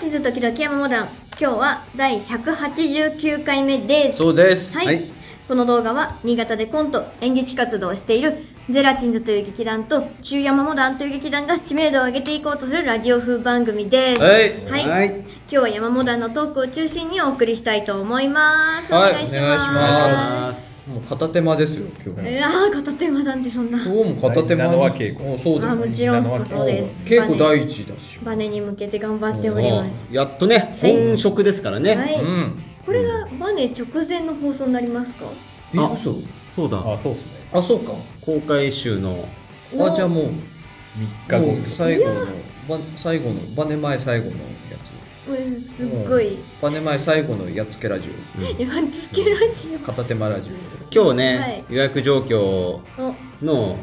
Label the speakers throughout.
Speaker 1: しず時々山モダン今日は第189回目です
Speaker 2: そうです。
Speaker 1: はい、
Speaker 3: はい
Speaker 1: この動画は新潟でコント演劇活動をしているゼラチンズという劇団と中山モダンという劇団が知名度を上げていこうとするラジオ風番組です
Speaker 2: はい
Speaker 1: はい、
Speaker 3: はい
Speaker 1: 今日は山モダンのトークを中心にお送りしたいと思います、
Speaker 2: はい
Speaker 1: お願いし
Speaker 2: お願いし
Speaker 1: ま
Speaker 2: ますもう片手間ですよ、今日。
Speaker 1: いやー片手間なんてそんな
Speaker 2: 今日も片手間。
Speaker 3: 大事なのは稽古
Speaker 2: おそうだ
Speaker 1: あ
Speaker 2: よ。
Speaker 1: もちろんそうです
Speaker 2: 稽古第一だし。
Speaker 1: バネに向けて頑張っております
Speaker 3: やっとね、
Speaker 1: はい
Speaker 3: 本職ですからね。
Speaker 1: はい、
Speaker 2: うん。
Speaker 1: これがバネ直前の放送になりますか
Speaker 2: え、
Speaker 3: あ
Speaker 2: 嘘
Speaker 3: そうだ。
Speaker 4: あ、そうですね。
Speaker 2: あ、そうか。
Speaker 3: 公開週の
Speaker 2: あ、じゃあもう、
Speaker 4: 3日後
Speaker 2: もう最後の、ば最後の、バネ前最後のやつ。
Speaker 1: うんすっごい
Speaker 2: うん。バネ前最後のやっつけラジオ。
Speaker 1: やっつけラジ
Speaker 2: 片手間ラジ
Speaker 3: 今日ね、
Speaker 1: はい
Speaker 3: 予約状況
Speaker 1: オの
Speaker 3: の、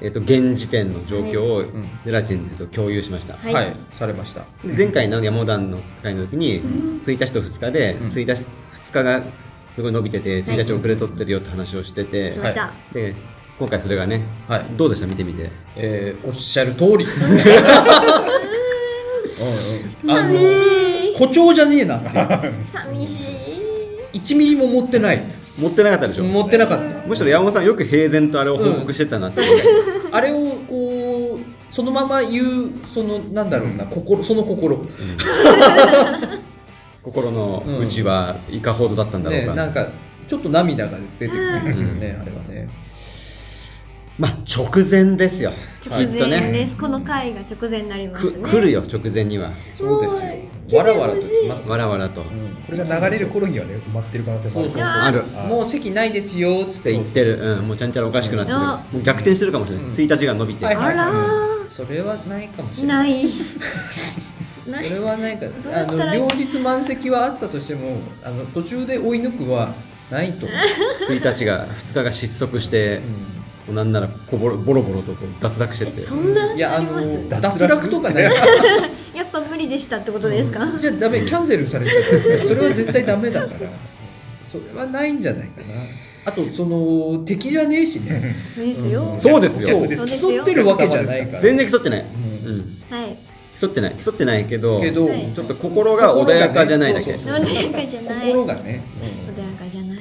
Speaker 3: えっと現時点の状況を
Speaker 2: ん
Speaker 3: ゼラチンズと共有しました。
Speaker 1: は
Speaker 2: オ。はい、されました。
Speaker 3: で前回の山モダンの会の時に、1日と2日で、
Speaker 2: うん
Speaker 3: 1日2日がすごい伸びてて、
Speaker 1: はい
Speaker 3: 1日遅れとってるよって話をしてて
Speaker 1: し、ました、
Speaker 2: は
Speaker 3: で今回それがね、
Speaker 2: はい。
Speaker 3: どうでした見てみて。
Speaker 2: えー、おっしゃる 通り。うんうん。あ
Speaker 1: 寂
Speaker 2: の、
Speaker 1: しい
Speaker 2: 誇張じゃねえなって。
Speaker 1: 寂しい
Speaker 2: 1ミリも持ってない。
Speaker 3: 持ってなかったでしょ。
Speaker 2: 持ってなかった。
Speaker 3: むしろ山本さんよく平然とあれを報告してたなって。
Speaker 2: あれをこうそのまま言うそのなんだろうな、心その心
Speaker 3: 心の内はいかほどだったんだろう
Speaker 2: ね
Speaker 3: か、
Speaker 2: なんかちょっと涙が出てくるんですよね、あれはね
Speaker 3: まあ直前ですよ
Speaker 1: 直
Speaker 3: きっと
Speaker 1: 前で
Speaker 3: ね
Speaker 1: す、この回が直前になります
Speaker 3: く
Speaker 1: ね
Speaker 3: 来るよ直前には
Speaker 2: そうです
Speaker 1: は
Speaker 2: よ
Speaker 1: い
Speaker 2: わらわらときます
Speaker 3: わらわらと、
Speaker 2: うん
Speaker 4: これが流れる頃にはね、埋まってる可能性もあ
Speaker 2: そうそ
Speaker 4: る
Speaker 2: うそう
Speaker 1: いや
Speaker 3: あるっ
Speaker 4: あ
Speaker 2: もう席ないですよっつってて
Speaker 3: 言ってるうん、もうちゃんちゃらおかしくなってる、
Speaker 1: うん
Speaker 3: もう逆転してるかもしれない、
Speaker 2: うん
Speaker 3: 1日が伸びて、
Speaker 2: はい
Speaker 1: あらー
Speaker 2: それはないかもしれない
Speaker 1: ない な
Speaker 2: そ
Speaker 1: い
Speaker 2: れはないか
Speaker 1: うや
Speaker 2: あ
Speaker 1: ったら
Speaker 2: の両日満席はあったとしてもあの途中で追い抜くはないと思う、
Speaker 3: 1日が2日が失速して、なんならこぼろボロボロとこう脱落してって
Speaker 1: そんな
Speaker 2: うんいや
Speaker 1: あ
Speaker 2: あ
Speaker 1: りま
Speaker 2: の
Speaker 1: す
Speaker 2: 脱落
Speaker 4: 脱落
Speaker 2: とか ない
Speaker 1: やっぱ無理でしたってことですか、
Speaker 2: うんじゃあダメキャンセルされちゃうそれは絶対ダメだからそれはないんじゃないかなあとその敵じゃねえしね
Speaker 1: ですよ、
Speaker 2: ん
Speaker 3: そうですよ
Speaker 2: そう
Speaker 1: そうですよ
Speaker 2: 競ってるわけじゃないから
Speaker 3: 全然競ってない、
Speaker 2: う
Speaker 3: うんん、
Speaker 1: はい
Speaker 3: 競ってない競ってないけど
Speaker 2: けど、
Speaker 1: はい
Speaker 3: ちょっと心が穏やかじゃないだけ、
Speaker 2: そうそうそう
Speaker 1: 穏やかじゃない
Speaker 2: 心がね、
Speaker 1: 穏やかじゃない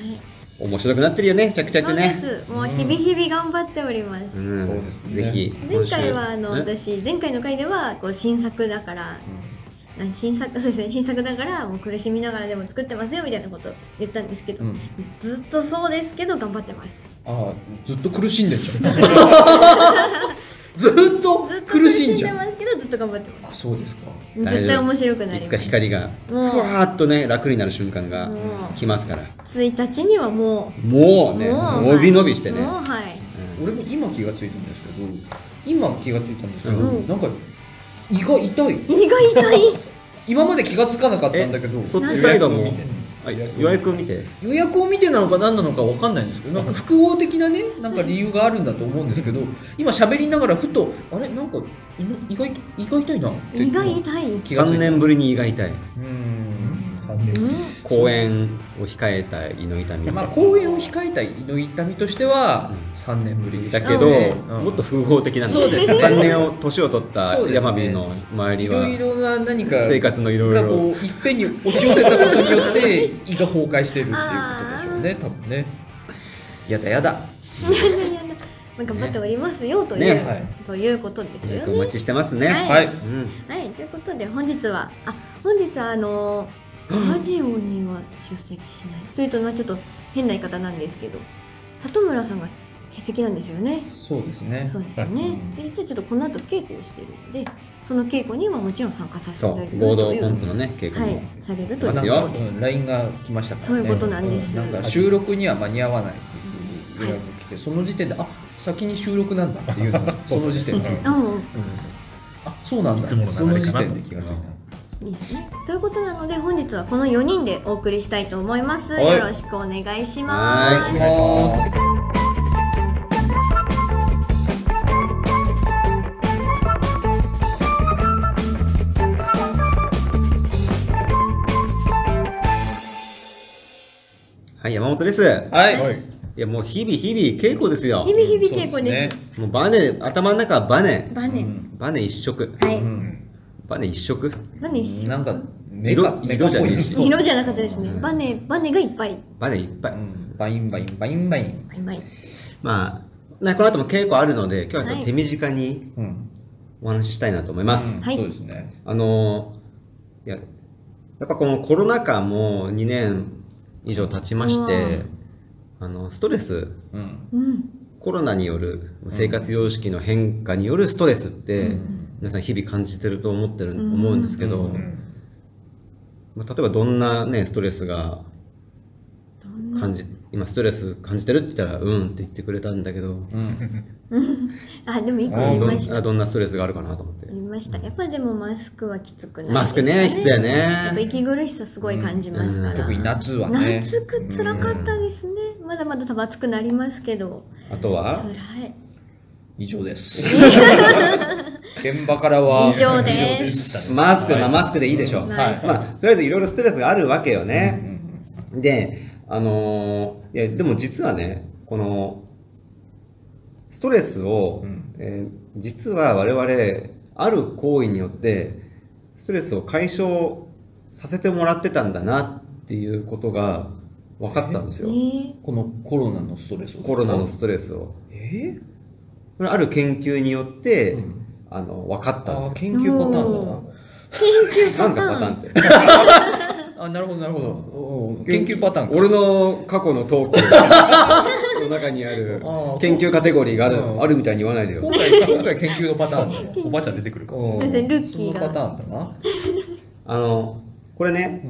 Speaker 3: 面白くなってるよねちゃくちゃって
Speaker 1: そうで
Speaker 3: ね
Speaker 1: すもう日々日々頑張っております、
Speaker 3: ん
Speaker 4: そうですね
Speaker 3: ぜひ
Speaker 1: 前回はあの
Speaker 3: 今週え
Speaker 1: 私前回の回ではこう新作だからな新作 そうですね新作だからもう苦しみながらでも作ってますよみたいなこと言ったんですけど、
Speaker 2: うんうん
Speaker 1: ずっとそうですけど頑張ってます
Speaker 2: ああずっと苦しんでんじゃん ずっと
Speaker 1: ずっと
Speaker 2: 苦しんじゃ
Speaker 1: 苦
Speaker 2: ん
Speaker 1: でますけどずっと頑張ってま
Speaker 2: あそうですか
Speaker 1: す絶対面白くないり
Speaker 3: つ
Speaker 1: ま
Speaker 3: か
Speaker 1: す
Speaker 3: 光がふ
Speaker 1: うん
Speaker 3: わーっとね楽になる瞬間が
Speaker 1: うん
Speaker 3: 来ますから
Speaker 1: 1日にはも
Speaker 3: も
Speaker 1: う
Speaker 3: うね
Speaker 1: もう
Speaker 3: 伸び伸びしてね
Speaker 1: もうはい
Speaker 2: 俺も今気がついたんですけど今気がついたんですけど、
Speaker 1: うん
Speaker 2: なんか胃が痛い
Speaker 1: 胃が痛い
Speaker 2: 今まで気がつかなかったんだけど
Speaker 3: そっちサイドもあ
Speaker 4: 予約を見て
Speaker 3: 予約を
Speaker 2: 予約を
Speaker 3: 見て
Speaker 2: 見てなのか何なのか分かんないんですけどなんか複合的なねなんか理由があるんだと思うんですけど今喋りながらふとあれなんか胃が胃が痛いなって
Speaker 1: 胃が痛い
Speaker 2: 気がつい
Speaker 3: 3
Speaker 2: た
Speaker 3: 年ぶりに胃が痛い
Speaker 2: うん
Speaker 4: 3年
Speaker 3: 公演を控えた胃の痛み
Speaker 2: まあ公演を控えた胃の痛みとしては
Speaker 3: う
Speaker 2: 3
Speaker 3: ん
Speaker 2: 年ぶりでした
Speaker 3: だけど
Speaker 2: うん
Speaker 3: もっと複合的なん
Speaker 2: そうですね
Speaker 3: 3年を年を取った
Speaker 2: そうですね
Speaker 3: 山火の周
Speaker 2: い
Speaker 3: り
Speaker 2: ろい
Speaker 3: は
Speaker 2: ろな何か
Speaker 3: 生活のいろい
Speaker 2: がこ
Speaker 3: ろ
Speaker 2: ういっぺんに押し寄せたことによって胃が崩壊してるっていうことでしょうね多分ねやだやだ
Speaker 1: まあ頑張っておりますよという、
Speaker 3: ね
Speaker 2: はい
Speaker 1: ということです
Speaker 3: 予
Speaker 1: よ
Speaker 3: 約
Speaker 1: ね
Speaker 3: お待ちしてます
Speaker 1: はい
Speaker 3: ね
Speaker 2: はい
Speaker 3: うん
Speaker 1: はい、ということで本日はあ本日はあのラジオには出席しないというとまあちょっと変な言い方なんですけど里村さんが欠席なんですよね
Speaker 2: そうですね
Speaker 1: そうですよねで実はちょっとこの後稽古をしてるのでその稽古にはもちろん参加させて
Speaker 3: そ
Speaker 1: いただけ
Speaker 3: う
Speaker 1: る
Speaker 3: 合
Speaker 1: と
Speaker 3: 同
Speaker 1: いう
Speaker 3: コントのね稽古
Speaker 1: は
Speaker 3: も
Speaker 1: いされるという
Speaker 3: ま
Speaker 1: こ
Speaker 3: す
Speaker 2: なん
Speaker 3: よ
Speaker 1: とで
Speaker 2: かうん LINE が来ましたからね
Speaker 1: そういうことなんです
Speaker 2: なんか収録には間に合わないっていう連絡が来てその時点であ先に収録なんだっていうのがその時点で、
Speaker 1: あ
Speaker 2: あ
Speaker 1: も
Speaker 2: そうなんだ
Speaker 4: いつもの
Speaker 2: そ
Speaker 4: 流
Speaker 2: の
Speaker 4: れ
Speaker 2: 時
Speaker 4: かな
Speaker 2: 点で気がついた
Speaker 1: ういいですねということなので本日はこの4人でお送りしたいと思います、
Speaker 2: はい
Speaker 1: よろしくお願いします
Speaker 3: はい
Speaker 2: お願いします
Speaker 3: はい山本です
Speaker 2: はい、
Speaker 4: はい。
Speaker 3: いやもう日々日々稽古ですよ
Speaker 1: 日々日々稽古です,、
Speaker 2: そう
Speaker 3: もうバネ頭の中はバネ
Speaker 1: バネ、
Speaker 2: うん
Speaker 3: バネ一色
Speaker 1: はい、
Speaker 2: うん
Speaker 3: バネ一色
Speaker 1: バネ一色
Speaker 2: なんかメカ
Speaker 3: 色
Speaker 2: メカっぽい
Speaker 3: 色じゃないし
Speaker 1: 色じゃなかったですね
Speaker 3: うん
Speaker 1: バネバネがいっぱい
Speaker 3: バネいっぱい、
Speaker 2: うんバインバインバインバイン、
Speaker 1: バイバイ
Speaker 3: まあねこの後も稽古あるので今日はちょっ
Speaker 1: はい
Speaker 3: と手短に
Speaker 2: うん
Speaker 3: お話ししたいなと思います、
Speaker 2: うん
Speaker 1: はい
Speaker 2: そうですね
Speaker 3: あのいややっぱこのコロナ禍も2年以上経ちましてあのストレス
Speaker 2: うん
Speaker 1: うん
Speaker 3: コロナによる生活様式の変化によるストレスって、
Speaker 2: うん
Speaker 3: 皆さん日々感じてると思ってる、
Speaker 1: うん
Speaker 3: 思うんですけど、
Speaker 2: うん
Speaker 4: うん
Speaker 3: まあ、例えばどんなねストレスが
Speaker 1: どんな
Speaker 3: 感じ、今ストレス感じてるって言ったら「うん」って言ってくれたんだけど、
Speaker 2: うん
Speaker 1: あでも一個
Speaker 4: あ
Speaker 1: あり
Speaker 3: ど
Speaker 1: まし
Speaker 3: ん
Speaker 1: た
Speaker 3: あどんなストレスがあるかなと思って
Speaker 1: ありましたやっぱでもマスクはきつくない
Speaker 3: マスクね
Speaker 1: です
Speaker 3: 必要やね
Speaker 1: やっぱ息苦しさすごい感じますから、
Speaker 3: うん
Speaker 2: 特に夏はね
Speaker 1: 夏くつらかったですね、まだまだ多分暑くなりますけど
Speaker 3: あと
Speaker 1: 辛
Speaker 3: は
Speaker 1: い
Speaker 2: 以上です現場からは
Speaker 1: 以上です
Speaker 2: す
Speaker 3: マスク、まあ、
Speaker 2: はい
Speaker 3: マスクでいいでしょう、
Speaker 1: ま
Speaker 2: はい
Speaker 1: あ
Speaker 3: まあ、とりあえずいろいろストレスがあるわけよ
Speaker 2: う
Speaker 3: ね、
Speaker 2: ん
Speaker 3: であのーいやでも実はねこのストレスを、
Speaker 2: うん
Speaker 3: えー実は我々ある行為によってストレスを解消させてもらってたんだなっていうことが分かったんですよ、
Speaker 1: ね
Speaker 2: このコロナのストレスを
Speaker 3: コロナのストレスを
Speaker 2: え
Speaker 3: これある研究によって、
Speaker 2: うん
Speaker 3: あの分かったん
Speaker 2: あ
Speaker 3: で
Speaker 2: ー
Speaker 3: す
Speaker 2: 研
Speaker 3: よ
Speaker 2: 究パターンだな
Speaker 1: 研究
Speaker 3: な
Speaker 1: パ
Speaker 3: ん
Speaker 1: タ
Speaker 3: だ
Speaker 1: ーン
Speaker 3: パターンって
Speaker 2: あなるほどなるほどおう研究パターンか
Speaker 3: 俺の過去のトークの中にある
Speaker 2: あー
Speaker 3: 研究カテゴリーがあ
Speaker 2: う
Speaker 3: る
Speaker 2: ん
Speaker 3: あるみたいに言わないでよ
Speaker 2: 今回今回研究のパターンだよ
Speaker 4: おばあちゃん出てくるかもし
Speaker 2: うん
Speaker 1: そうですねルッキーが
Speaker 2: そのパターンだな、
Speaker 3: あのこれね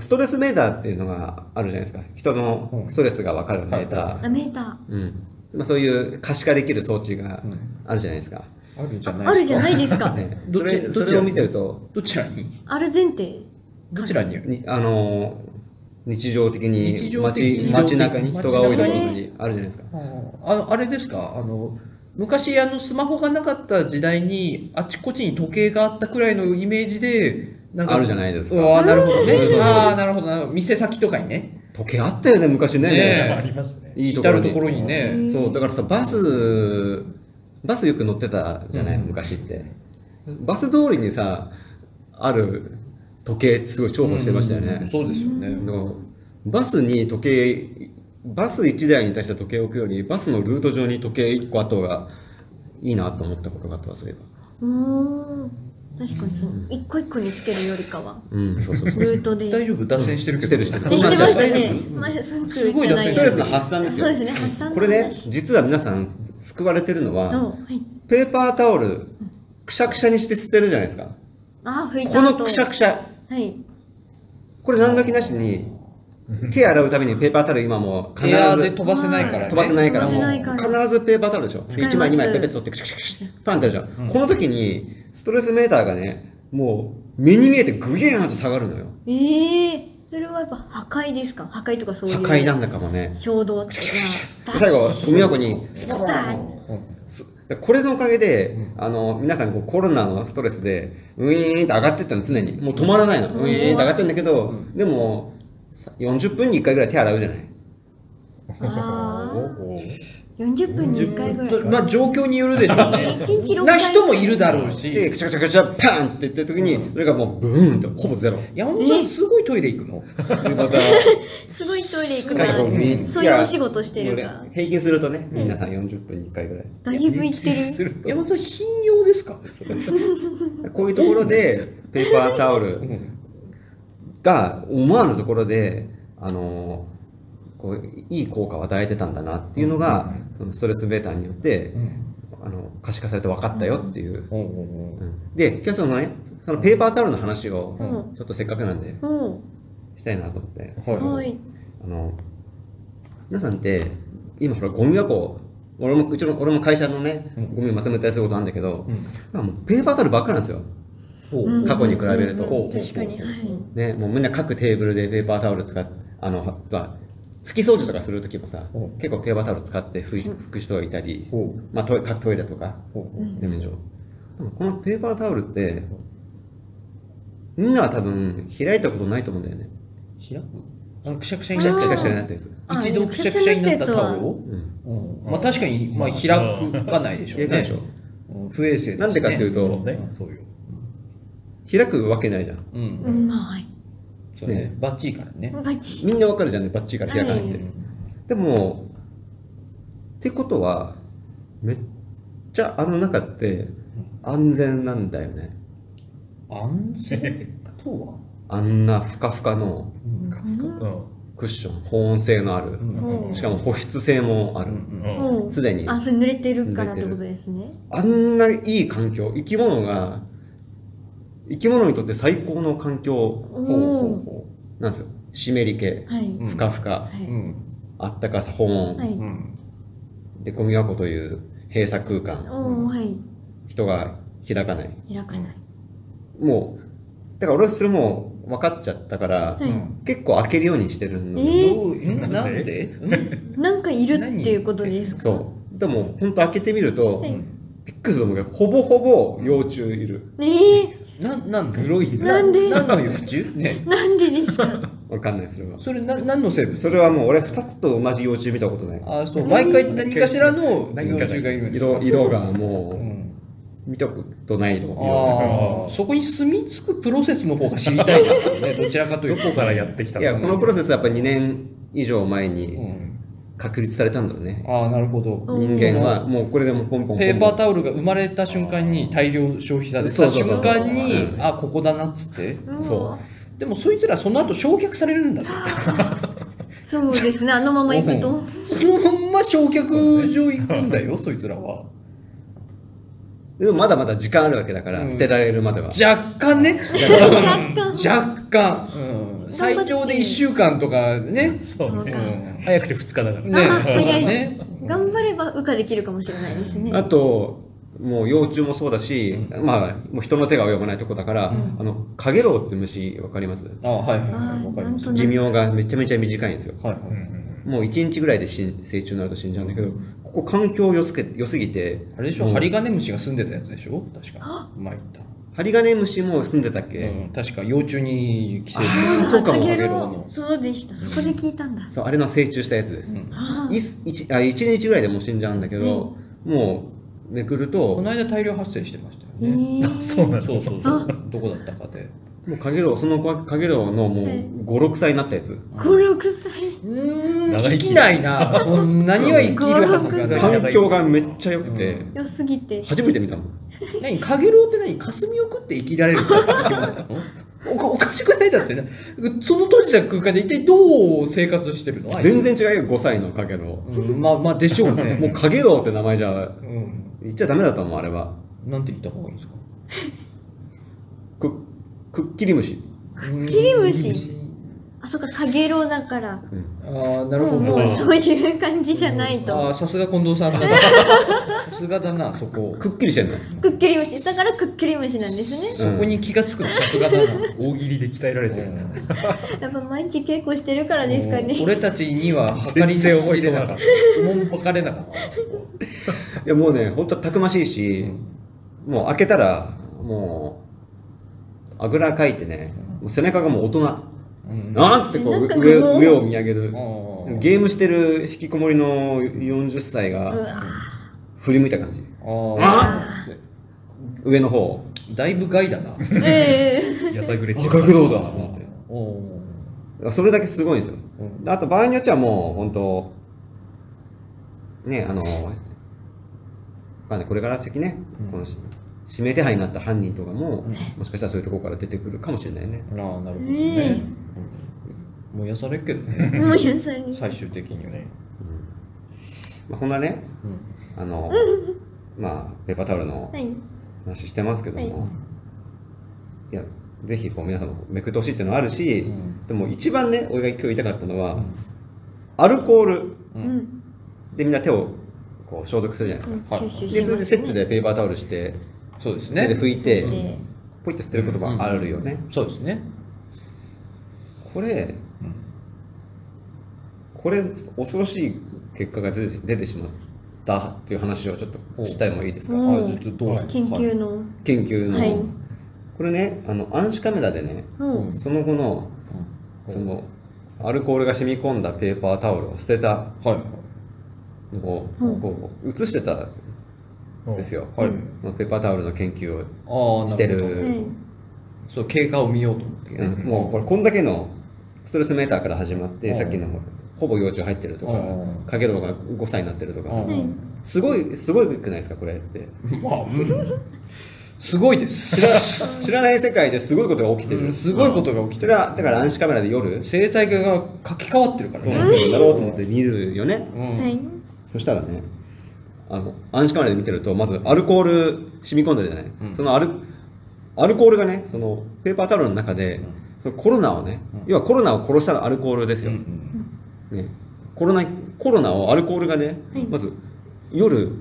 Speaker 3: ストレスメーターっていうのがあるじゃないですか人のストレスが分かるメーター、
Speaker 1: あメーター
Speaker 3: うんまあ、そういう可視化できる装置が
Speaker 2: うん
Speaker 3: あるじゃないですか、
Speaker 2: あるじゃない
Speaker 1: あるじゃないいです か。
Speaker 3: ね、
Speaker 2: ど
Speaker 3: そ
Speaker 2: っちど
Speaker 3: れ
Speaker 2: っち
Speaker 3: それを見てると
Speaker 2: どちらに
Speaker 1: ある前提。
Speaker 2: どちらに
Speaker 3: にあの日常的に
Speaker 2: 日常的
Speaker 3: 街
Speaker 2: 日常的
Speaker 3: 街中に人が多いところ
Speaker 1: 街中
Speaker 3: にあるじゃないですか
Speaker 2: ああのあれですかあの昔あのスマホがなかった時代にあちこちに時計があったくらいのイメージでなんか
Speaker 3: あるじゃないですか
Speaker 2: うわーなるほど
Speaker 3: そうそうそ
Speaker 2: ね
Speaker 3: う
Speaker 2: ああなるほどなるほど店先とかにね
Speaker 3: 時計あったよね昔ね
Speaker 2: ね
Speaker 4: れ
Speaker 2: え
Speaker 4: ないありましたね
Speaker 3: いいとこ
Speaker 2: 至
Speaker 3: ろ
Speaker 2: る
Speaker 3: に
Speaker 2: 所にね
Speaker 3: そうだからさバスバスよく乗ってたじゃない、昔ってバス通りにさある時計ってすごい重宝してましたよね、
Speaker 2: うんそうですよね、
Speaker 3: あのバスに時計バス1台に対して時計を置くよりバスのルート上に時計1個あった方がいいなと思ったことがあったわそういえば
Speaker 1: うーん。確かにそう。一個一個につけるよりかは。
Speaker 3: うんそうそうそう
Speaker 1: ルートで。
Speaker 2: 大丈夫脱線してるけど、
Speaker 3: うんしてるして
Speaker 1: で
Speaker 3: る
Speaker 1: してました
Speaker 2: 大丈
Speaker 1: ね
Speaker 2: 夫。
Speaker 1: まあす ごく
Speaker 2: すごい脱線
Speaker 3: ストレスの発散ですよ
Speaker 1: そうですね。発散の話。
Speaker 3: これね実は皆さん救われてるの
Speaker 1: お
Speaker 3: は
Speaker 1: はい。
Speaker 3: ペーパータオルくしゃくしゃにして捨てるじゃないですか
Speaker 1: あー、拭いた
Speaker 3: こ
Speaker 1: 後
Speaker 3: のくしゃくしゃ
Speaker 1: はい。
Speaker 3: これ何の気なしに手洗うためにペーパータオル今もう必
Speaker 2: エアーで
Speaker 3: ず
Speaker 2: 飛ばせないからね
Speaker 3: 飛ばせないから
Speaker 1: 飛
Speaker 3: も
Speaker 1: ば
Speaker 3: う
Speaker 1: せないから
Speaker 3: 必ずペーパータオルでしょ
Speaker 1: 使います
Speaker 3: 1枚2枚ペペッと取ってクシャクシャクシャパンってやるじゃん、この時にストレスメーターがねもう目に見えてグゲーンと下がるのよ
Speaker 1: ええ。それはやっぱ破壊ですか。破壊とかそうい
Speaker 3: 破
Speaker 1: う。
Speaker 3: 壊なんだかもね
Speaker 1: 衝動って
Speaker 3: で最後ゴミ箱にスポ
Speaker 1: ダ
Speaker 3: ーン
Speaker 1: ン
Speaker 3: すでこれのおかげで、あの皆さんこうコロナのストレスでウィーンって上がってったの常にもう止まらないの、
Speaker 1: うん
Speaker 3: ウィーンって上がってるんだけど、でもさ40分に1回ぐらい手洗うじゃない
Speaker 1: あ
Speaker 4: お
Speaker 1: あ。
Speaker 4: お
Speaker 1: 四十分に一回ぐらい。
Speaker 2: まあ状況によるでしょうね
Speaker 1: 一日六
Speaker 2: な
Speaker 1: 回
Speaker 2: 人もいるだろうし
Speaker 3: でくちゃくちゃくちゃパンっていった時に、それがもうブーンとほぼゼロ
Speaker 2: 山本さんすごいトイレ行くの
Speaker 3: でまた
Speaker 1: すごいトイレ行く
Speaker 3: 近
Speaker 1: か
Speaker 3: いところに
Speaker 1: ら。そういうお仕事してるから
Speaker 3: ね。平均するとね皆さん40分に1回ぐらい、
Speaker 1: だいぶ行って
Speaker 4: す
Speaker 1: る。
Speaker 4: ると
Speaker 2: 山本さん頻尿ですか
Speaker 3: こういうところでペーパータオルが思わぬところであのこういい効果を与えてたんだなっていうのが、そのストレスメーターによって、あの可視化されて分かったよっていう、うんで今日そのねそのペーパータオルの話を
Speaker 1: うん
Speaker 3: ちょっとせっかくなんで
Speaker 1: うん。
Speaker 3: したいなと思って、
Speaker 1: は
Speaker 2: はい
Speaker 1: い。
Speaker 3: あの皆さんって今ほらゴミ箱俺もうちの俺も会社のねゴミまとめたりすることあるんだけど、なんかもうペーパータオルばっかなんですよ、
Speaker 1: うん
Speaker 3: 過去に比べると
Speaker 1: うん確かに、はい。
Speaker 3: ね、もうみんな各テーブルでペーパータオル使ってあのはまあ拭き掃除とかするときもさ
Speaker 2: お
Speaker 3: 結構ペーパータオル使って拭い拭く人がいたり、
Speaker 2: お
Speaker 3: まあ、トイ各トイレとか洗面所でもこのペーパータオルってみんなは多分開いたことないと思うんだよね
Speaker 2: 開くあのくしゃくしゃに
Speaker 3: くし
Speaker 2: なっ
Speaker 3: ゃくしゃ
Speaker 2: た
Speaker 3: くしゃになってるやつ、
Speaker 1: あ
Speaker 2: 一度くしゃくしゃになったタオルを、
Speaker 3: うん、
Speaker 2: うんまあ確かに、まあ、開かないでしょうね
Speaker 3: 開かないでしょ
Speaker 2: うんの不衛生
Speaker 3: なんでかっていうと
Speaker 4: そうねそうよ
Speaker 3: 開くわけないじゃん
Speaker 2: う
Speaker 1: うんんまい
Speaker 2: そうね
Speaker 3: ね
Speaker 2: バッチリからね
Speaker 1: バチ
Speaker 3: みんなわかるじゃんねバッチリから開かないっ
Speaker 1: う
Speaker 3: て、
Speaker 1: ん
Speaker 3: でもってことはめっちゃあの中って安全なんだよね
Speaker 2: 安全とは
Speaker 3: あんなふかふかの
Speaker 2: う
Speaker 1: う
Speaker 2: ん
Speaker 4: う
Speaker 3: クッション保温性のある、
Speaker 1: うん
Speaker 3: しかも保湿性もあ
Speaker 2: う
Speaker 3: る
Speaker 2: ん
Speaker 4: ん
Speaker 1: んうん
Speaker 3: すで、に
Speaker 1: あそれ濡れてるからってことですね
Speaker 3: あんないい環境生き物が生き物にとって最高の環境
Speaker 1: お
Speaker 2: ほう
Speaker 1: お
Speaker 2: ほ
Speaker 3: なんですよ湿り気
Speaker 1: はい、
Speaker 2: うん
Speaker 3: ふかふか、
Speaker 1: は
Speaker 2: うほうう
Speaker 1: い
Speaker 2: ん
Speaker 3: あったかさ保温、
Speaker 1: はい、
Speaker 2: うん
Speaker 3: でゴミ箱という閉鎖空間
Speaker 1: おおはい
Speaker 3: 人が開かない
Speaker 1: 開かない
Speaker 3: もうだから俺はそれもう分かっちゃったから、
Speaker 1: はい、
Speaker 4: ん
Speaker 3: 結構開けるようにしてるの
Speaker 1: えー
Speaker 2: どううんなんでうん
Speaker 1: なんかいるっていうことですか
Speaker 3: そうでも本当開けてみると、
Speaker 1: はい
Speaker 3: びっくりすると思うけどほぼほぼ幼虫いる
Speaker 1: ええ
Speaker 2: ななんで
Speaker 3: グロいな
Speaker 1: なんで
Speaker 2: 何の幼虫ね
Speaker 1: なんでですか
Speaker 3: 分かんないそれは
Speaker 2: それな何の生物
Speaker 3: それはもう俺2つと同じ幼虫見たことない
Speaker 2: あそう毎回何かしらの
Speaker 4: 何
Speaker 2: 幼
Speaker 4: かが
Speaker 2: 虫がいるんです
Speaker 3: 色
Speaker 2: か
Speaker 3: 色が
Speaker 2: う
Speaker 3: も
Speaker 2: ん
Speaker 3: う見たことない色色
Speaker 2: ああそこに住み着くプロセスの方が知りたいですけどねどちらかという
Speaker 4: ど
Speaker 2: と
Speaker 4: こからやってきた
Speaker 3: いやこのプ
Speaker 4: ロ
Speaker 3: ロセスはやっぱ2年以上前
Speaker 2: う
Speaker 3: に
Speaker 2: ん
Speaker 3: 確立されたんだよね、
Speaker 2: ああなるほど
Speaker 1: うん
Speaker 3: 人間はもうこれでもうポンポンポンポン
Speaker 2: ペーパータオルが生まれた瞬間に大量消費され
Speaker 3: そう
Speaker 2: た
Speaker 3: そうそう
Speaker 2: 瞬間に
Speaker 3: うん
Speaker 2: あここだなっつって
Speaker 3: そ
Speaker 2: でもそいつらその後焼却されるんだぜ
Speaker 1: そうですねあのまま行くと
Speaker 2: そのまんま焼却場行くんだよそいつらは
Speaker 3: でもまだまだ時間あるわけだから、
Speaker 2: うん
Speaker 3: 捨てられるまでは
Speaker 2: 若干ね
Speaker 1: 若 干
Speaker 2: 若干、うん、最長で1週間とかね、
Speaker 4: そうね、
Speaker 2: うん
Speaker 4: 早くて2日だから
Speaker 2: ね
Speaker 1: あ早い
Speaker 2: ね
Speaker 1: 頑張れば羽化できるかもしれないですね
Speaker 3: あともう幼虫もそうだし、まあもう人の手が及ばないとこだから、あのカゲロウって虫わかります
Speaker 2: あはいはい
Speaker 1: あ
Speaker 2: はい
Speaker 1: ー
Speaker 2: わかります
Speaker 1: なんとな
Speaker 2: は
Speaker 1: く
Speaker 3: 寿命がめちゃめちゃ短いんですよ
Speaker 2: いはい、
Speaker 3: もう1日ぐらいで死ん成虫になると死んじゃうんだけどここ環境良すけ良すぎて
Speaker 2: あれでしょ、
Speaker 3: うん
Speaker 2: ハリガネムシが住んでたやつでしょ確か前言った、
Speaker 3: ハリガネムシも住んでたっけ、
Speaker 2: うん、確か幼虫に寄生する
Speaker 3: あーそうかも
Speaker 1: タ
Speaker 2: か
Speaker 1: ケ
Speaker 2: げ
Speaker 1: ル
Speaker 2: ろう
Speaker 1: を
Speaker 2: の
Speaker 1: そうでしたそこで聞いたんだ
Speaker 3: そうあれの成虫したやつです、
Speaker 1: あ
Speaker 3: いす一あ1日ぐらいでもう死んじゃうんだけど、もうめくる
Speaker 2: ことの間大量発生してましたよ
Speaker 1: ーえ
Speaker 2: ね、
Speaker 1: ー
Speaker 4: そうなの
Speaker 2: そうそうそうどこだったかで
Speaker 3: もうカゲロウその子カゲロウのもう
Speaker 1: はい
Speaker 3: 56歳になったやつ
Speaker 1: 56歳
Speaker 2: うーん
Speaker 4: 長
Speaker 2: 生
Speaker 4: 生き
Speaker 2: きないなそんなには生きるはずがない
Speaker 3: 環境がめっちゃ良くて、
Speaker 2: う
Speaker 1: 良すぎて
Speaker 3: 初めて見たもん
Speaker 2: 何かげろうって何霞を食って生きられるかって生き物なのおかおかしくないだってねその閉じた空間で一体どう生活してるのあいつ
Speaker 3: 全然違うよ5歳のカゲロ
Speaker 2: うんまあまあでしょう
Speaker 3: ウ もう
Speaker 2: ね、
Speaker 3: カゲロウって名前じゃ
Speaker 2: うん、
Speaker 3: 言っちゃダメだと思うあれは
Speaker 2: なんて言った方がいいんですか
Speaker 3: くくっきり虫
Speaker 1: 切り虫あそっかかげろうだから
Speaker 2: ああなる
Speaker 1: も
Speaker 2: ほ
Speaker 1: う
Speaker 2: ど
Speaker 1: もうそういう感じじゃない
Speaker 2: あ
Speaker 1: と
Speaker 2: あさすが近藤さんだ なさすがだなそこ
Speaker 3: くっきりしてんの
Speaker 1: くっきり虫だからくっきり虫なんですね
Speaker 2: そこに気がつくのさすがだな
Speaker 4: 大喜利で鍛えられてる、
Speaker 1: やっぱ毎日稽古してるからですか
Speaker 2: もう
Speaker 1: ね
Speaker 2: 俺たちには測り
Speaker 4: 全然覚えてなかった
Speaker 2: もんばかれなかったそこ
Speaker 3: いやもうね本当たくましいし、もう開けたらもうあぐらかいてねもう背中がもう大人、
Speaker 2: うん
Speaker 3: なんつってこう
Speaker 1: なんか
Speaker 3: 上
Speaker 1: もう
Speaker 3: 上を見上げる
Speaker 2: あー
Speaker 3: ゲームしてる引きこもりの40歳
Speaker 1: う
Speaker 3: が
Speaker 1: わ
Speaker 3: 振り向いた感じ
Speaker 2: あ
Speaker 3: 上の方を
Speaker 2: ーだいぶ害だな
Speaker 1: ええ
Speaker 4: やさぐれて
Speaker 3: あ学童だと思ってだか
Speaker 2: おお
Speaker 3: らそれだけすごいんですよであと場合によってはもう本当ねあのわかんないこれから先ね、このし指名手配になった犯人とかも、もしかしたらそういうところから出てくるかもしれないね
Speaker 2: あーなるほどねうん燃やされっけどね
Speaker 1: もう野菜に
Speaker 2: 最終的にはね
Speaker 3: まあ、こんなね、あの、まあ、ペーパータオルの
Speaker 1: はい
Speaker 3: 話してますけども、、
Speaker 1: はい
Speaker 3: や、ぜひこう皆さんもめくってほしいっていうのはあるし、
Speaker 2: うん
Speaker 3: でも一番ね、俺が今日言いたかったのは、アルコール
Speaker 1: うん
Speaker 3: でみんな手をこう消毒するじゃないですか。
Speaker 1: 吸収
Speaker 3: で、
Speaker 1: し
Speaker 3: それ
Speaker 1: ま
Speaker 3: ですセットでペーパータオルして、
Speaker 2: そうです
Speaker 3: 手で
Speaker 2: ね
Speaker 3: 拭いて、
Speaker 1: で
Speaker 3: ポイって捨てることもあるよね。
Speaker 2: そうですね
Speaker 3: これ、これ、ちょっと恐ろしい結果が出て出てしまったっていう話をちょっとしたいもいいですか
Speaker 1: う
Speaker 2: あ
Speaker 1: ん
Speaker 2: ーずっとどうぞ
Speaker 1: 研
Speaker 2: はい
Speaker 1: 究の
Speaker 3: 研究の、
Speaker 1: はい
Speaker 3: これねあの暗視カメラでね
Speaker 1: うん
Speaker 3: その後のそのアルコールが染み込んだペーパータオルを捨てた
Speaker 2: はい
Speaker 3: のを
Speaker 1: うん
Speaker 3: こう映してたですよ、
Speaker 2: はい
Speaker 3: まあペーパータオルの研究を
Speaker 2: ああ
Speaker 3: してる
Speaker 1: うん
Speaker 2: そう経過を見ようと思って、
Speaker 3: うんもうこれこんだけのストレスメーターから始まって、
Speaker 2: うん
Speaker 3: さっきのほぼ幼虫入ってるとか、
Speaker 2: うん
Speaker 3: かげろうが5歳になってるとか、
Speaker 2: うん
Speaker 3: すごいすごいくないですかこれって
Speaker 2: まあ、うん、すごいで
Speaker 3: 知ら
Speaker 2: す
Speaker 3: 知らない世界ですごいことが起きてる、
Speaker 2: うんすごいことが起き
Speaker 3: そ
Speaker 2: て
Speaker 3: れ
Speaker 2: る
Speaker 3: はだから暗視カメラで夜
Speaker 2: 生態系が書き換わってるから
Speaker 3: どう
Speaker 2: ね、
Speaker 3: なってるんだろうと思って見るよね、
Speaker 2: うん
Speaker 1: はい
Speaker 3: そしたらねあの暗視カメラで見てるとまずアルコール染み込んでるじゃない、
Speaker 2: ん
Speaker 3: そのアルアルコールがねそのペーパータオルの中で、そのコロナをね、要はコロナを殺したらアルコールですよ、
Speaker 2: うん
Speaker 3: ね、コロナコロナをアルコールがね、
Speaker 1: はい
Speaker 3: まず夜、
Speaker 2: ん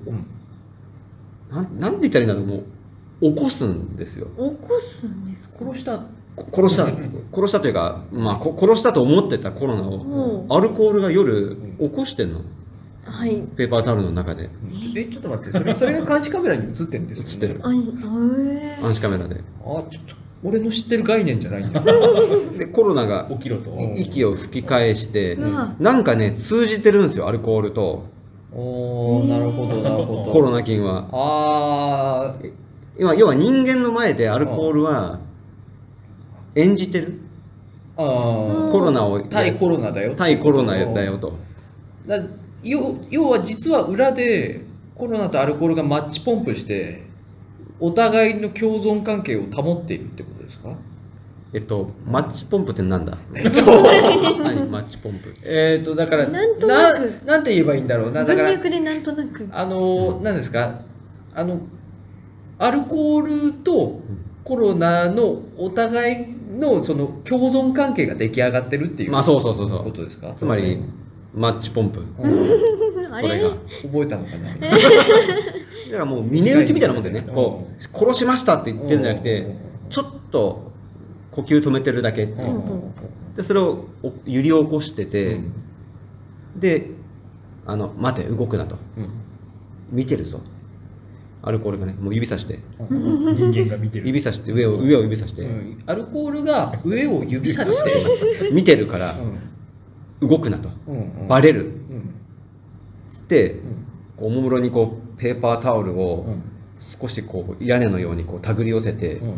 Speaker 3: なんなんて言ったらいいんだろうもう起こすんですよ
Speaker 1: 起こすんですか
Speaker 2: 殺した
Speaker 3: こ殺した殺したというか、まあ、こ殺したと思ってたコロナを
Speaker 1: う
Speaker 3: アルコールが夜起こしてんの
Speaker 1: はい
Speaker 3: ペーパータオルの中で
Speaker 2: えちょっと待ってそれそれが監視カメラに映ってるんです
Speaker 3: 映ってる
Speaker 1: あいえ
Speaker 3: 暗視カメラで
Speaker 2: あちょっと俺の知ってる概念じゃないんだ
Speaker 3: でコロナが
Speaker 4: 起きろと。
Speaker 3: い息を吹き返して
Speaker 1: うわ
Speaker 3: なんかね通じてるんですよアルコールと
Speaker 2: おーなるほどなるほど
Speaker 3: コロナ菌は
Speaker 2: あー
Speaker 3: 今要は人間の前でアルコールは演じてる
Speaker 2: あー
Speaker 1: うん
Speaker 3: コロナを
Speaker 2: 対コロナだよ
Speaker 3: 対コロナだよと
Speaker 2: だ要要は実は裏でコロナとアルコールがマッチポンプしてお互いの共存関係を保っているってことですか
Speaker 3: えっとマッチポンプって なんだ何マッチポンプ
Speaker 2: えっ、とだから
Speaker 1: なんとなく
Speaker 2: なんて言えばいいんだろうなだか
Speaker 1: 文
Speaker 2: ら
Speaker 1: 脈でなんとなく
Speaker 2: あの何ですかあのアルコールとコロナのお互いのその共存関係が出来上がってるっていう
Speaker 3: まあそうそうそうそ
Speaker 2: こ
Speaker 3: う
Speaker 2: とですか
Speaker 3: つまりマッチポンプ
Speaker 2: うん
Speaker 1: あ
Speaker 3: それ
Speaker 1: れ
Speaker 3: が
Speaker 2: 覚えたのかな
Speaker 3: だからもう峰打ちみたいなもんでねこう殺しましたって言ってるんじゃなく
Speaker 2: う
Speaker 3: て
Speaker 2: ん
Speaker 3: ちょっと呼吸止めてるだけっていうでそれをお揺り起こしてて、であの待て動くなと
Speaker 2: うん
Speaker 3: 見てるぞアルコールがねもう指さして
Speaker 2: うん
Speaker 4: 人間が見てる。
Speaker 3: 指さして上を上を指さして、
Speaker 2: うんアルコールが上を指さして
Speaker 3: 見てるから
Speaker 2: うん
Speaker 3: 動くなと、
Speaker 2: うん
Speaker 3: バレるっ
Speaker 2: うん
Speaker 3: つって、
Speaker 2: ん
Speaker 3: こうおもむろにこうペーパータオル
Speaker 2: う
Speaker 3: を
Speaker 2: ん
Speaker 3: 少しこう屋根のようにこう手繰り寄せて、
Speaker 2: うん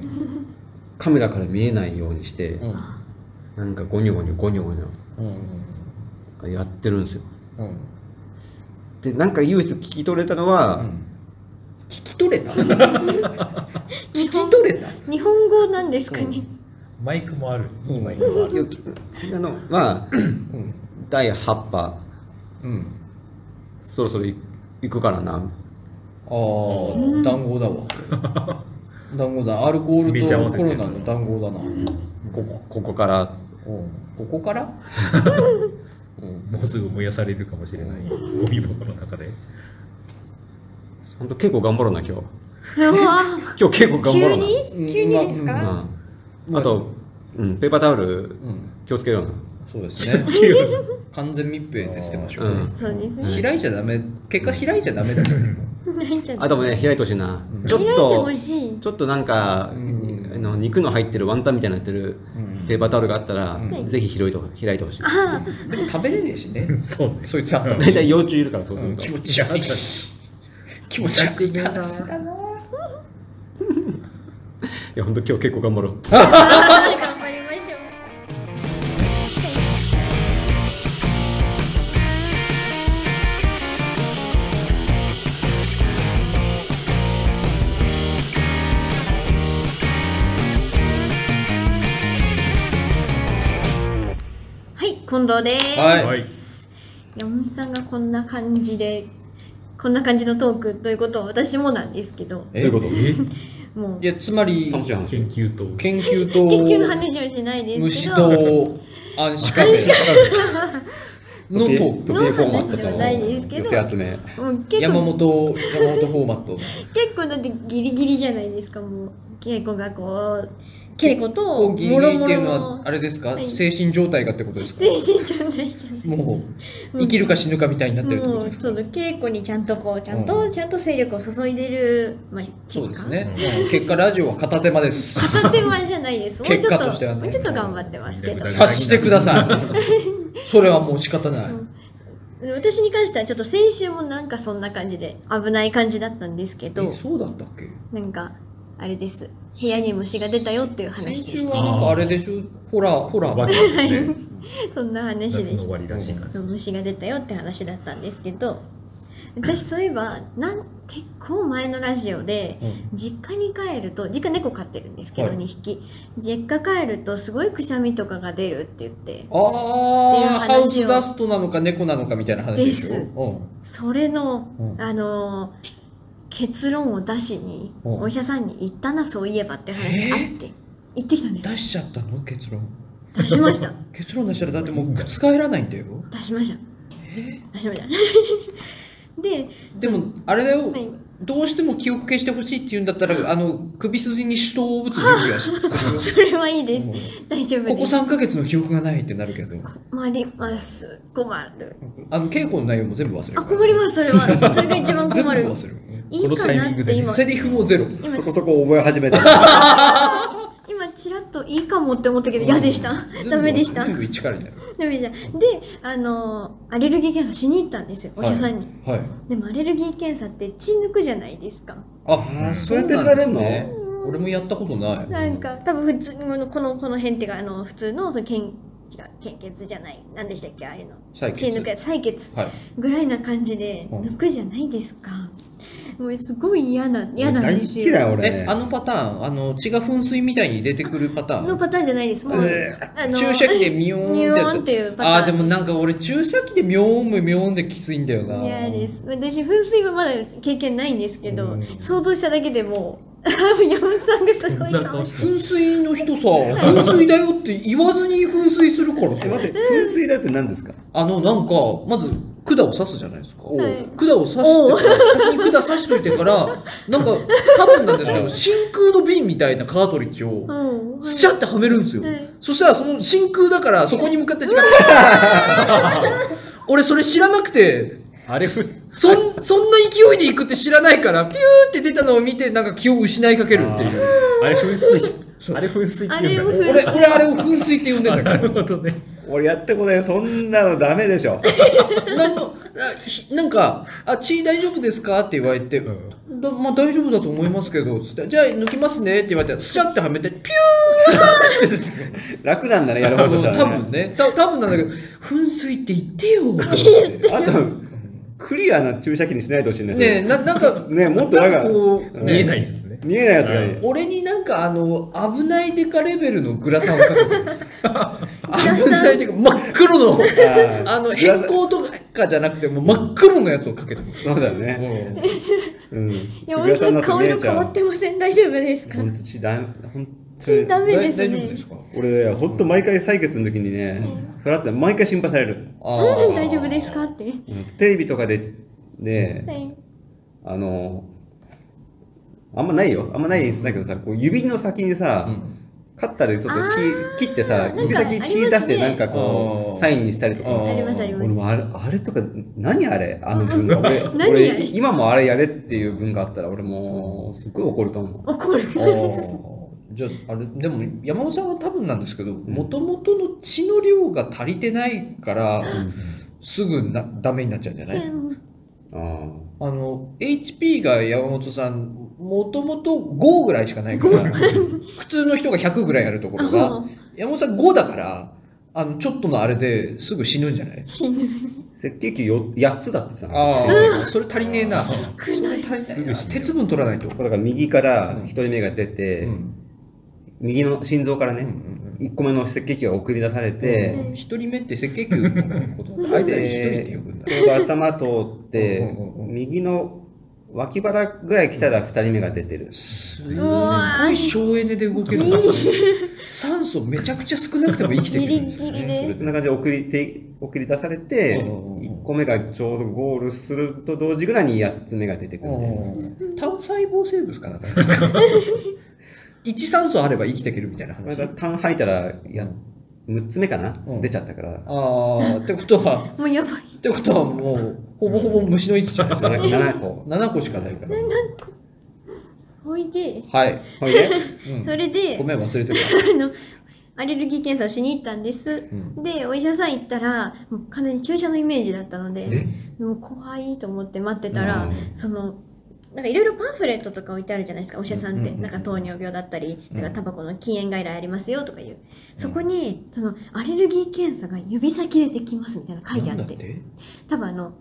Speaker 3: カメラから見えないようにして、
Speaker 2: うん
Speaker 3: なんかゴニョゴニョゴニョゴニ
Speaker 2: うん
Speaker 3: ョやってるんですよ
Speaker 2: うん
Speaker 3: でなんか唯一聞き取れたのは、
Speaker 2: 聞き取れた聞き取れた
Speaker 1: 日本語なんですかね
Speaker 4: マイクもある。いいマイクもある。
Speaker 3: あのまあ
Speaker 2: うん
Speaker 3: 第8波
Speaker 2: うん
Speaker 3: そろそろい行くからな
Speaker 2: ああ、談合だわ。談合だ。アルコール
Speaker 4: 示し合わ
Speaker 2: と
Speaker 4: せ
Speaker 2: コ
Speaker 4: てる
Speaker 2: ロナの談合だな。
Speaker 3: ここここから
Speaker 2: うんここから
Speaker 4: もうすぐ燃やされるかもしれない。ゴミ箱の中で。
Speaker 3: 本当稽古頑張ろうな今日
Speaker 1: うわ
Speaker 3: 今日稽古頑張
Speaker 1: 急
Speaker 3: ろうな
Speaker 1: に急にです
Speaker 2: ま
Speaker 1: か
Speaker 3: うん、あと、うん、ペーパータオル
Speaker 2: うん。
Speaker 3: 気をつけるような
Speaker 2: そうですね。 完全密閉で捨てましょう。
Speaker 3: うん
Speaker 1: そうですね
Speaker 2: 開いちゃダメ。結果開いちゃダメだし。
Speaker 1: 開いちゃ
Speaker 3: あ
Speaker 1: っ
Speaker 3: ともね開いてほしいな、ちょ
Speaker 1: 開い
Speaker 3: ってと
Speaker 1: ほしい
Speaker 3: ちょっとなんか、
Speaker 2: うん
Speaker 3: あの肉の入ってるワンタンみたいになってる
Speaker 2: うん
Speaker 3: ペーパータオルがあったら、
Speaker 2: うん
Speaker 3: ぜひ広いと開いてほしい
Speaker 1: あ
Speaker 2: でも食べれねえしね。
Speaker 4: そうね。
Speaker 2: そいつあったら
Speaker 3: 大体幼虫いるからそうす
Speaker 2: う
Speaker 3: る
Speaker 2: ん
Speaker 3: と、
Speaker 2: 気持ち悪い。気持ち悪い話だな。
Speaker 3: いや本当今日稽古頑張ろう
Speaker 1: あ頑張りましょうはい近藤です、
Speaker 2: はい
Speaker 4: はい。
Speaker 1: 山本さんがこんな感じでこんな感じのトークということは私もなんですけど
Speaker 3: ということ
Speaker 4: え
Speaker 1: もう
Speaker 2: いや、つまり、
Speaker 3: 楽しい話
Speaker 4: 研究と。
Speaker 2: 研究と、
Speaker 1: 研究の話をしないですけ
Speaker 2: 虫
Speaker 1: ど
Speaker 2: と暗視カメラのト
Speaker 3: 時計
Speaker 2: ーク。
Speaker 3: 時計フォーマッ
Speaker 1: ノーマ
Speaker 3: ト
Speaker 1: ルではないですけど
Speaker 3: と寄せ集め
Speaker 1: もう結
Speaker 2: 山
Speaker 1: 構
Speaker 2: 本山本フォーマット
Speaker 1: 結構だってギリギリじゃないですかもう稽古がこう稽古と
Speaker 2: 講義
Speaker 1: も
Speaker 2: っ
Speaker 1: ろ
Speaker 2: て
Speaker 1: も
Speaker 2: いう
Speaker 1: ろ
Speaker 2: のは
Speaker 1: の
Speaker 2: あれですか、
Speaker 1: はい
Speaker 2: 精神状態がってことですか
Speaker 1: 精神状態じゃない
Speaker 2: もう生きるか死ぬかみたいになってるってこ
Speaker 1: も
Speaker 2: とで
Speaker 1: う
Speaker 2: す
Speaker 1: そ
Speaker 2: か
Speaker 1: の稽古にちゃんとこうちゃんと、
Speaker 2: う
Speaker 1: ちゃんと精力を注いでる、まあ、
Speaker 2: そうですね、うん結果ラジオは片手間です
Speaker 1: 片手間じゃないですもうちょ
Speaker 2: 結
Speaker 1: っ
Speaker 2: 果
Speaker 1: と
Speaker 2: としてはね
Speaker 1: もうちょっと頑張ってますけど
Speaker 4: うん
Speaker 2: 察してくださいそれはもう仕方ない、
Speaker 1: うん私に関してはちょっと先週もなんかそんな感じで危ない感じだったんですけど
Speaker 2: えそうだったっけ
Speaker 1: なんかあれです部屋に虫が出たよっていう
Speaker 2: 先
Speaker 1: 話で
Speaker 2: 週
Speaker 1: し
Speaker 2: はなんかあれでしょホラーホラー
Speaker 4: わけですね
Speaker 1: たそんな話で
Speaker 4: 夏
Speaker 1: し
Speaker 4: の終わりらしい感
Speaker 1: た
Speaker 4: じ
Speaker 1: 虫が出たよって話だったんですけど私そういえばなん結構前のラジオで
Speaker 2: うん
Speaker 1: 実家に帰ると実家猫飼ってるんですけど
Speaker 2: はい
Speaker 1: 2匹、実家帰るとすごいくしゃみとかが出るって言って
Speaker 2: ああ
Speaker 1: っていう話を
Speaker 2: ハウスダストなのか猫なのかみたいな話でし
Speaker 1: で
Speaker 2: ょ
Speaker 1: すそれの、
Speaker 2: うん
Speaker 1: あのー結論を出しに
Speaker 2: うん
Speaker 1: お医者さんに行ったなそういえばって話があって行ってきたん
Speaker 2: うん
Speaker 1: です
Speaker 2: 出しちゃったの結論
Speaker 1: 出しました
Speaker 2: 結論出したらだってもう覆らないんだよ
Speaker 1: 出しました出しました で
Speaker 2: でもあれだよ
Speaker 1: はい
Speaker 2: どうしても記憶消してほしいって言うんだったらあの首筋に手刀を打つ準備はしす
Speaker 1: それはいい
Speaker 2: る
Speaker 1: で
Speaker 2: よ
Speaker 1: す
Speaker 2: もう
Speaker 1: 大丈夫です
Speaker 2: ここ3ヶ月の記憶がないってなるけど
Speaker 1: 困ります困る
Speaker 2: あの稽古の内容も全部忘れる
Speaker 1: あ困りますそれはそれが一番
Speaker 2: 全部
Speaker 1: 困る
Speaker 2: 忘れる
Speaker 1: いい
Speaker 4: この
Speaker 1: か
Speaker 4: タイ
Speaker 1: な
Speaker 4: ミング
Speaker 1: って
Speaker 4: で
Speaker 1: 今
Speaker 2: セリフもゼロ
Speaker 1: 今
Speaker 3: そこそこ覚え始め た。
Speaker 1: 今ちらっといいかもって思ったけど嫌でした
Speaker 2: 全部
Speaker 1: ダメでした
Speaker 2: 全部一からになる
Speaker 1: ダメじゃんであのーアレルギー検査しに行ったんですよお医者さんに、
Speaker 2: はい
Speaker 1: でもアレルギー検査って血抜くじゃないですか
Speaker 2: あ
Speaker 3: ーそうやって調べんの
Speaker 2: そうなんですね俺もやったことない
Speaker 1: なんか多分普通のこのこの辺っていうかあの普通のそのけん違う献血じゃない何でしたっけあれの
Speaker 2: 採
Speaker 1: 血
Speaker 2: 血
Speaker 1: 抜くやつ採血
Speaker 2: はい
Speaker 1: ぐらいな感じで
Speaker 2: うん
Speaker 1: 抜くじゃないですかもうすごい嫌な嫌なん
Speaker 3: 大
Speaker 1: です
Speaker 3: 嫌い
Speaker 1: よ
Speaker 3: 俺
Speaker 2: え。あのパターンあの血が噴水みたいに出てくるパター
Speaker 1: の
Speaker 2: ン
Speaker 1: パターンじゃないですもう、
Speaker 2: え
Speaker 1: あの
Speaker 2: 注射器でミヨ
Speaker 1: ミュ
Speaker 2: ーン
Speaker 1: ーン
Speaker 2: ってや
Speaker 1: っ
Speaker 2: つ
Speaker 1: ていうパターン
Speaker 2: あーでもなんか俺注射器でミョーンもミョーンできついんだよな
Speaker 1: 嫌です私噴水はまだ経験ないんですけど、
Speaker 4: うん
Speaker 1: 想像しただけでもう 山本さんがすごい
Speaker 4: そんな
Speaker 1: 顔
Speaker 4: 顔
Speaker 1: して
Speaker 4: し
Speaker 2: 噴水の人さ噴水だよって言わずに噴水するからさ
Speaker 3: え待って、噴水だって何ですか
Speaker 2: あのなんかまず管を刺すじゃないですか
Speaker 3: おう
Speaker 1: はい
Speaker 2: 管を刺してから先に管刺しといてからなんか多分な んですけど真空の瓶みたいなカートリッジを
Speaker 1: うん
Speaker 2: スチャってはめるんですよ、
Speaker 1: はい
Speaker 2: そしたらその真空だからそこに向かって 力が 俺それ知らなくて
Speaker 3: あれ、
Speaker 2: そんそんな勢いで行くって知らないからピューって出たのを見てなんか気を失いかけるっていう
Speaker 4: あれ噴水あれ噴水って言うん
Speaker 1: あれ
Speaker 4: だね
Speaker 2: 俺俺あれを噴水って呼んでんだ
Speaker 4: あ
Speaker 2: か
Speaker 4: な
Speaker 2: ら
Speaker 4: るほどね
Speaker 3: 俺やったことない。そんなのダメでしょ。
Speaker 2: 何のあひなんか「あ血大丈夫ですか?」って言われて「
Speaker 4: うん
Speaker 2: だまあ、大丈夫だと思いますけど」つって「じゃあ抜きますね」って言われてスチャってはめてピュー
Speaker 3: 楽なんだね、やる方とした
Speaker 2: 多
Speaker 3: らね。
Speaker 2: 分ねた多分なんだけど「噴水って言ってよ」と思って
Speaker 3: あと、クリアな注射器にしないでほしいんですよ。
Speaker 2: ねえななんか
Speaker 3: ねもっと
Speaker 2: な
Speaker 3: なん
Speaker 2: んか
Speaker 3: か
Speaker 2: こう、
Speaker 3: うん
Speaker 4: 見えな
Speaker 2: ね
Speaker 4: いやつね
Speaker 3: 見えないやつがいい。
Speaker 2: 俺になんかあの危ないデカレベルのグラサンをかけてるんですよ危ないデカ真っ黒の
Speaker 3: あ
Speaker 2: あの変更とかじゃなくてもう真っ黒のやつをかけてるんです
Speaker 3: そうだね。
Speaker 2: よ
Speaker 3: うん。
Speaker 1: 山本さん顔色変わっ
Speaker 3: 本
Speaker 1: てません大丈夫ですか
Speaker 3: 当血だ、本当
Speaker 1: 血
Speaker 3: に。
Speaker 1: ダメ
Speaker 2: 大
Speaker 1: です
Speaker 2: 大丈夫で
Speaker 1: ね
Speaker 2: すか
Speaker 3: 俺、本当毎回採血の時にね、フラッて毎回心配される。
Speaker 2: あ
Speaker 1: うん
Speaker 2: ー
Speaker 1: 大丈夫ですかっては
Speaker 3: うんテレビとかで、で、
Speaker 1: い
Speaker 3: あの、あんまないよ。あんまない演出だけどさ、こう指の先にさ、
Speaker 2: うん
Speaker 3: カッターでちょっと
Speaker 1: あー
Speaker 3: 血切ってさ
Speaker 1: なん、か
Speaker 3: 指先血出して
Speaker 1: あり
Speaker 3: な
Speaker 1: ますね
Speaker 3: んかこ
Speaker 2: あー
Speaker 3: う、サインにしたりと
Speaker 2: ー
Speaker 3: か。
Speaker 1: ありますあります
Speaker 3: 俺もあれ、あれとか、何あれあの文化。俺、
Speaker 1: 何あれ
Speaker 3: 俺今もあれやれっていう文化あったら、俺もう、すっごい怒ると思う。
Speaker 1: 怒る
Speaker 2: あーじゃああれでも山本さんは多分なんですけどもともとの血の量が足りてないから、すぐなダメになっちゃうんじゃない、
Speaker 3: あ
Speaker 2: あの HP が山本さんもともと5ぐらいしかないから普通の人が100ぐらいあるところ
Speaker 1: う
Speaker 2: が
Speaker 1: ん
Speaker 2: 山本さん5だからあのちょっとのあれですぐ死ぬんじゃない
Speaker 1: 死ぬ
Speaker 3: ー赤血球よ8つだってさ、
Speaker 2: ああそれ足りねえなそれ
Speaker 1: 少ない
Speaker 2: 足りないな
Speaker 4: すぐ死ぬ
Speaker 2: 鉄分取らないと、
Speaker 3: だから右から1人目が出て、
Speaker 2: うん
Speaker 3: 右の心臓から
Speaker 2: うんうん
Speaker 3: ね、
Speaker 2: うん
Speaker 3: 1個目の赤血球が送り出され
Speaker 1: うん
Speaker 3: て、
Speaker 2: 一人目って赤血球のことだからあいつら一人って呼ぶんだ、
Speaker 3: ちょうど頭通って
Speaker 2: うんうんうんうん
Speaker 3: 右の脇腹ぐらい来たら2人目が出てる
Speaker 2: す
Speaker 1: わ
Speaker 2: ごい省エネで動けるんですよ酸素めちゃくちゃ少なくても生きていけるんですよね
Speaker 1: ギリギリで
Speaker 2: それ
Speaker 3: そんな感じで送りて送り出されて
Speaker 2: うんうんうん
Speaker 3: 1個目がちょうどゴールすると同時ぐらいに8つ目が出てくるんで
Speaker 2: 単細胞生物かな一酸素あれば生きていけるみたいな
Speaker 3: ま
Speaker 2: 話
Speaker 3: だ
Speaker 2: あ
Speaker 3: 単吐いたらや6つ目かな
Speaker 2: うん
Speaker 3: 出ちゃったから
Speaker 2: あーってことは
Speaker 1: もうやばい
Speaker 2: ってことはもうほぼほぼ虫の位置 じゃないですか
Speaker 3: 7 7個
Speaker 2: 7個しかないから
Speaker 1: おいで
Speaker 2: はい、
Speaker 3: ほいで
Speaker 2: うん
Speaker 1: それで
Speaker 2: ごめん忘れてた
Speaker 1: あのアレルギー検査をしに行ったんです。
Speaker 2: うん
Speaker 1: で、お医者さん行ったら、もう完全に注射のイメージだったので、
Speaker 3: え
Speaker 1: もう怖いと思って待ってたら、
Speaker 3: うん
Speaker 1: その、なんかいろいろパンフレットとか置いてあるじゃないですか、お医者さんって。
Speaker 2: うんうんうん
Speaker 1: なんか糖尿病だったり、
Speaker 2: うん
Speaker 1: なんかタバコの禁煙外来ありますよとかいう。そこに、その、アレルギー検査が指先でできますみたいなの書いてあ
Speaker 2: な
Speaker 1: っ
Speaker 2: ん
Speaker 1: て
Speaker 2: だっ。て
Speaker 1: 多分あの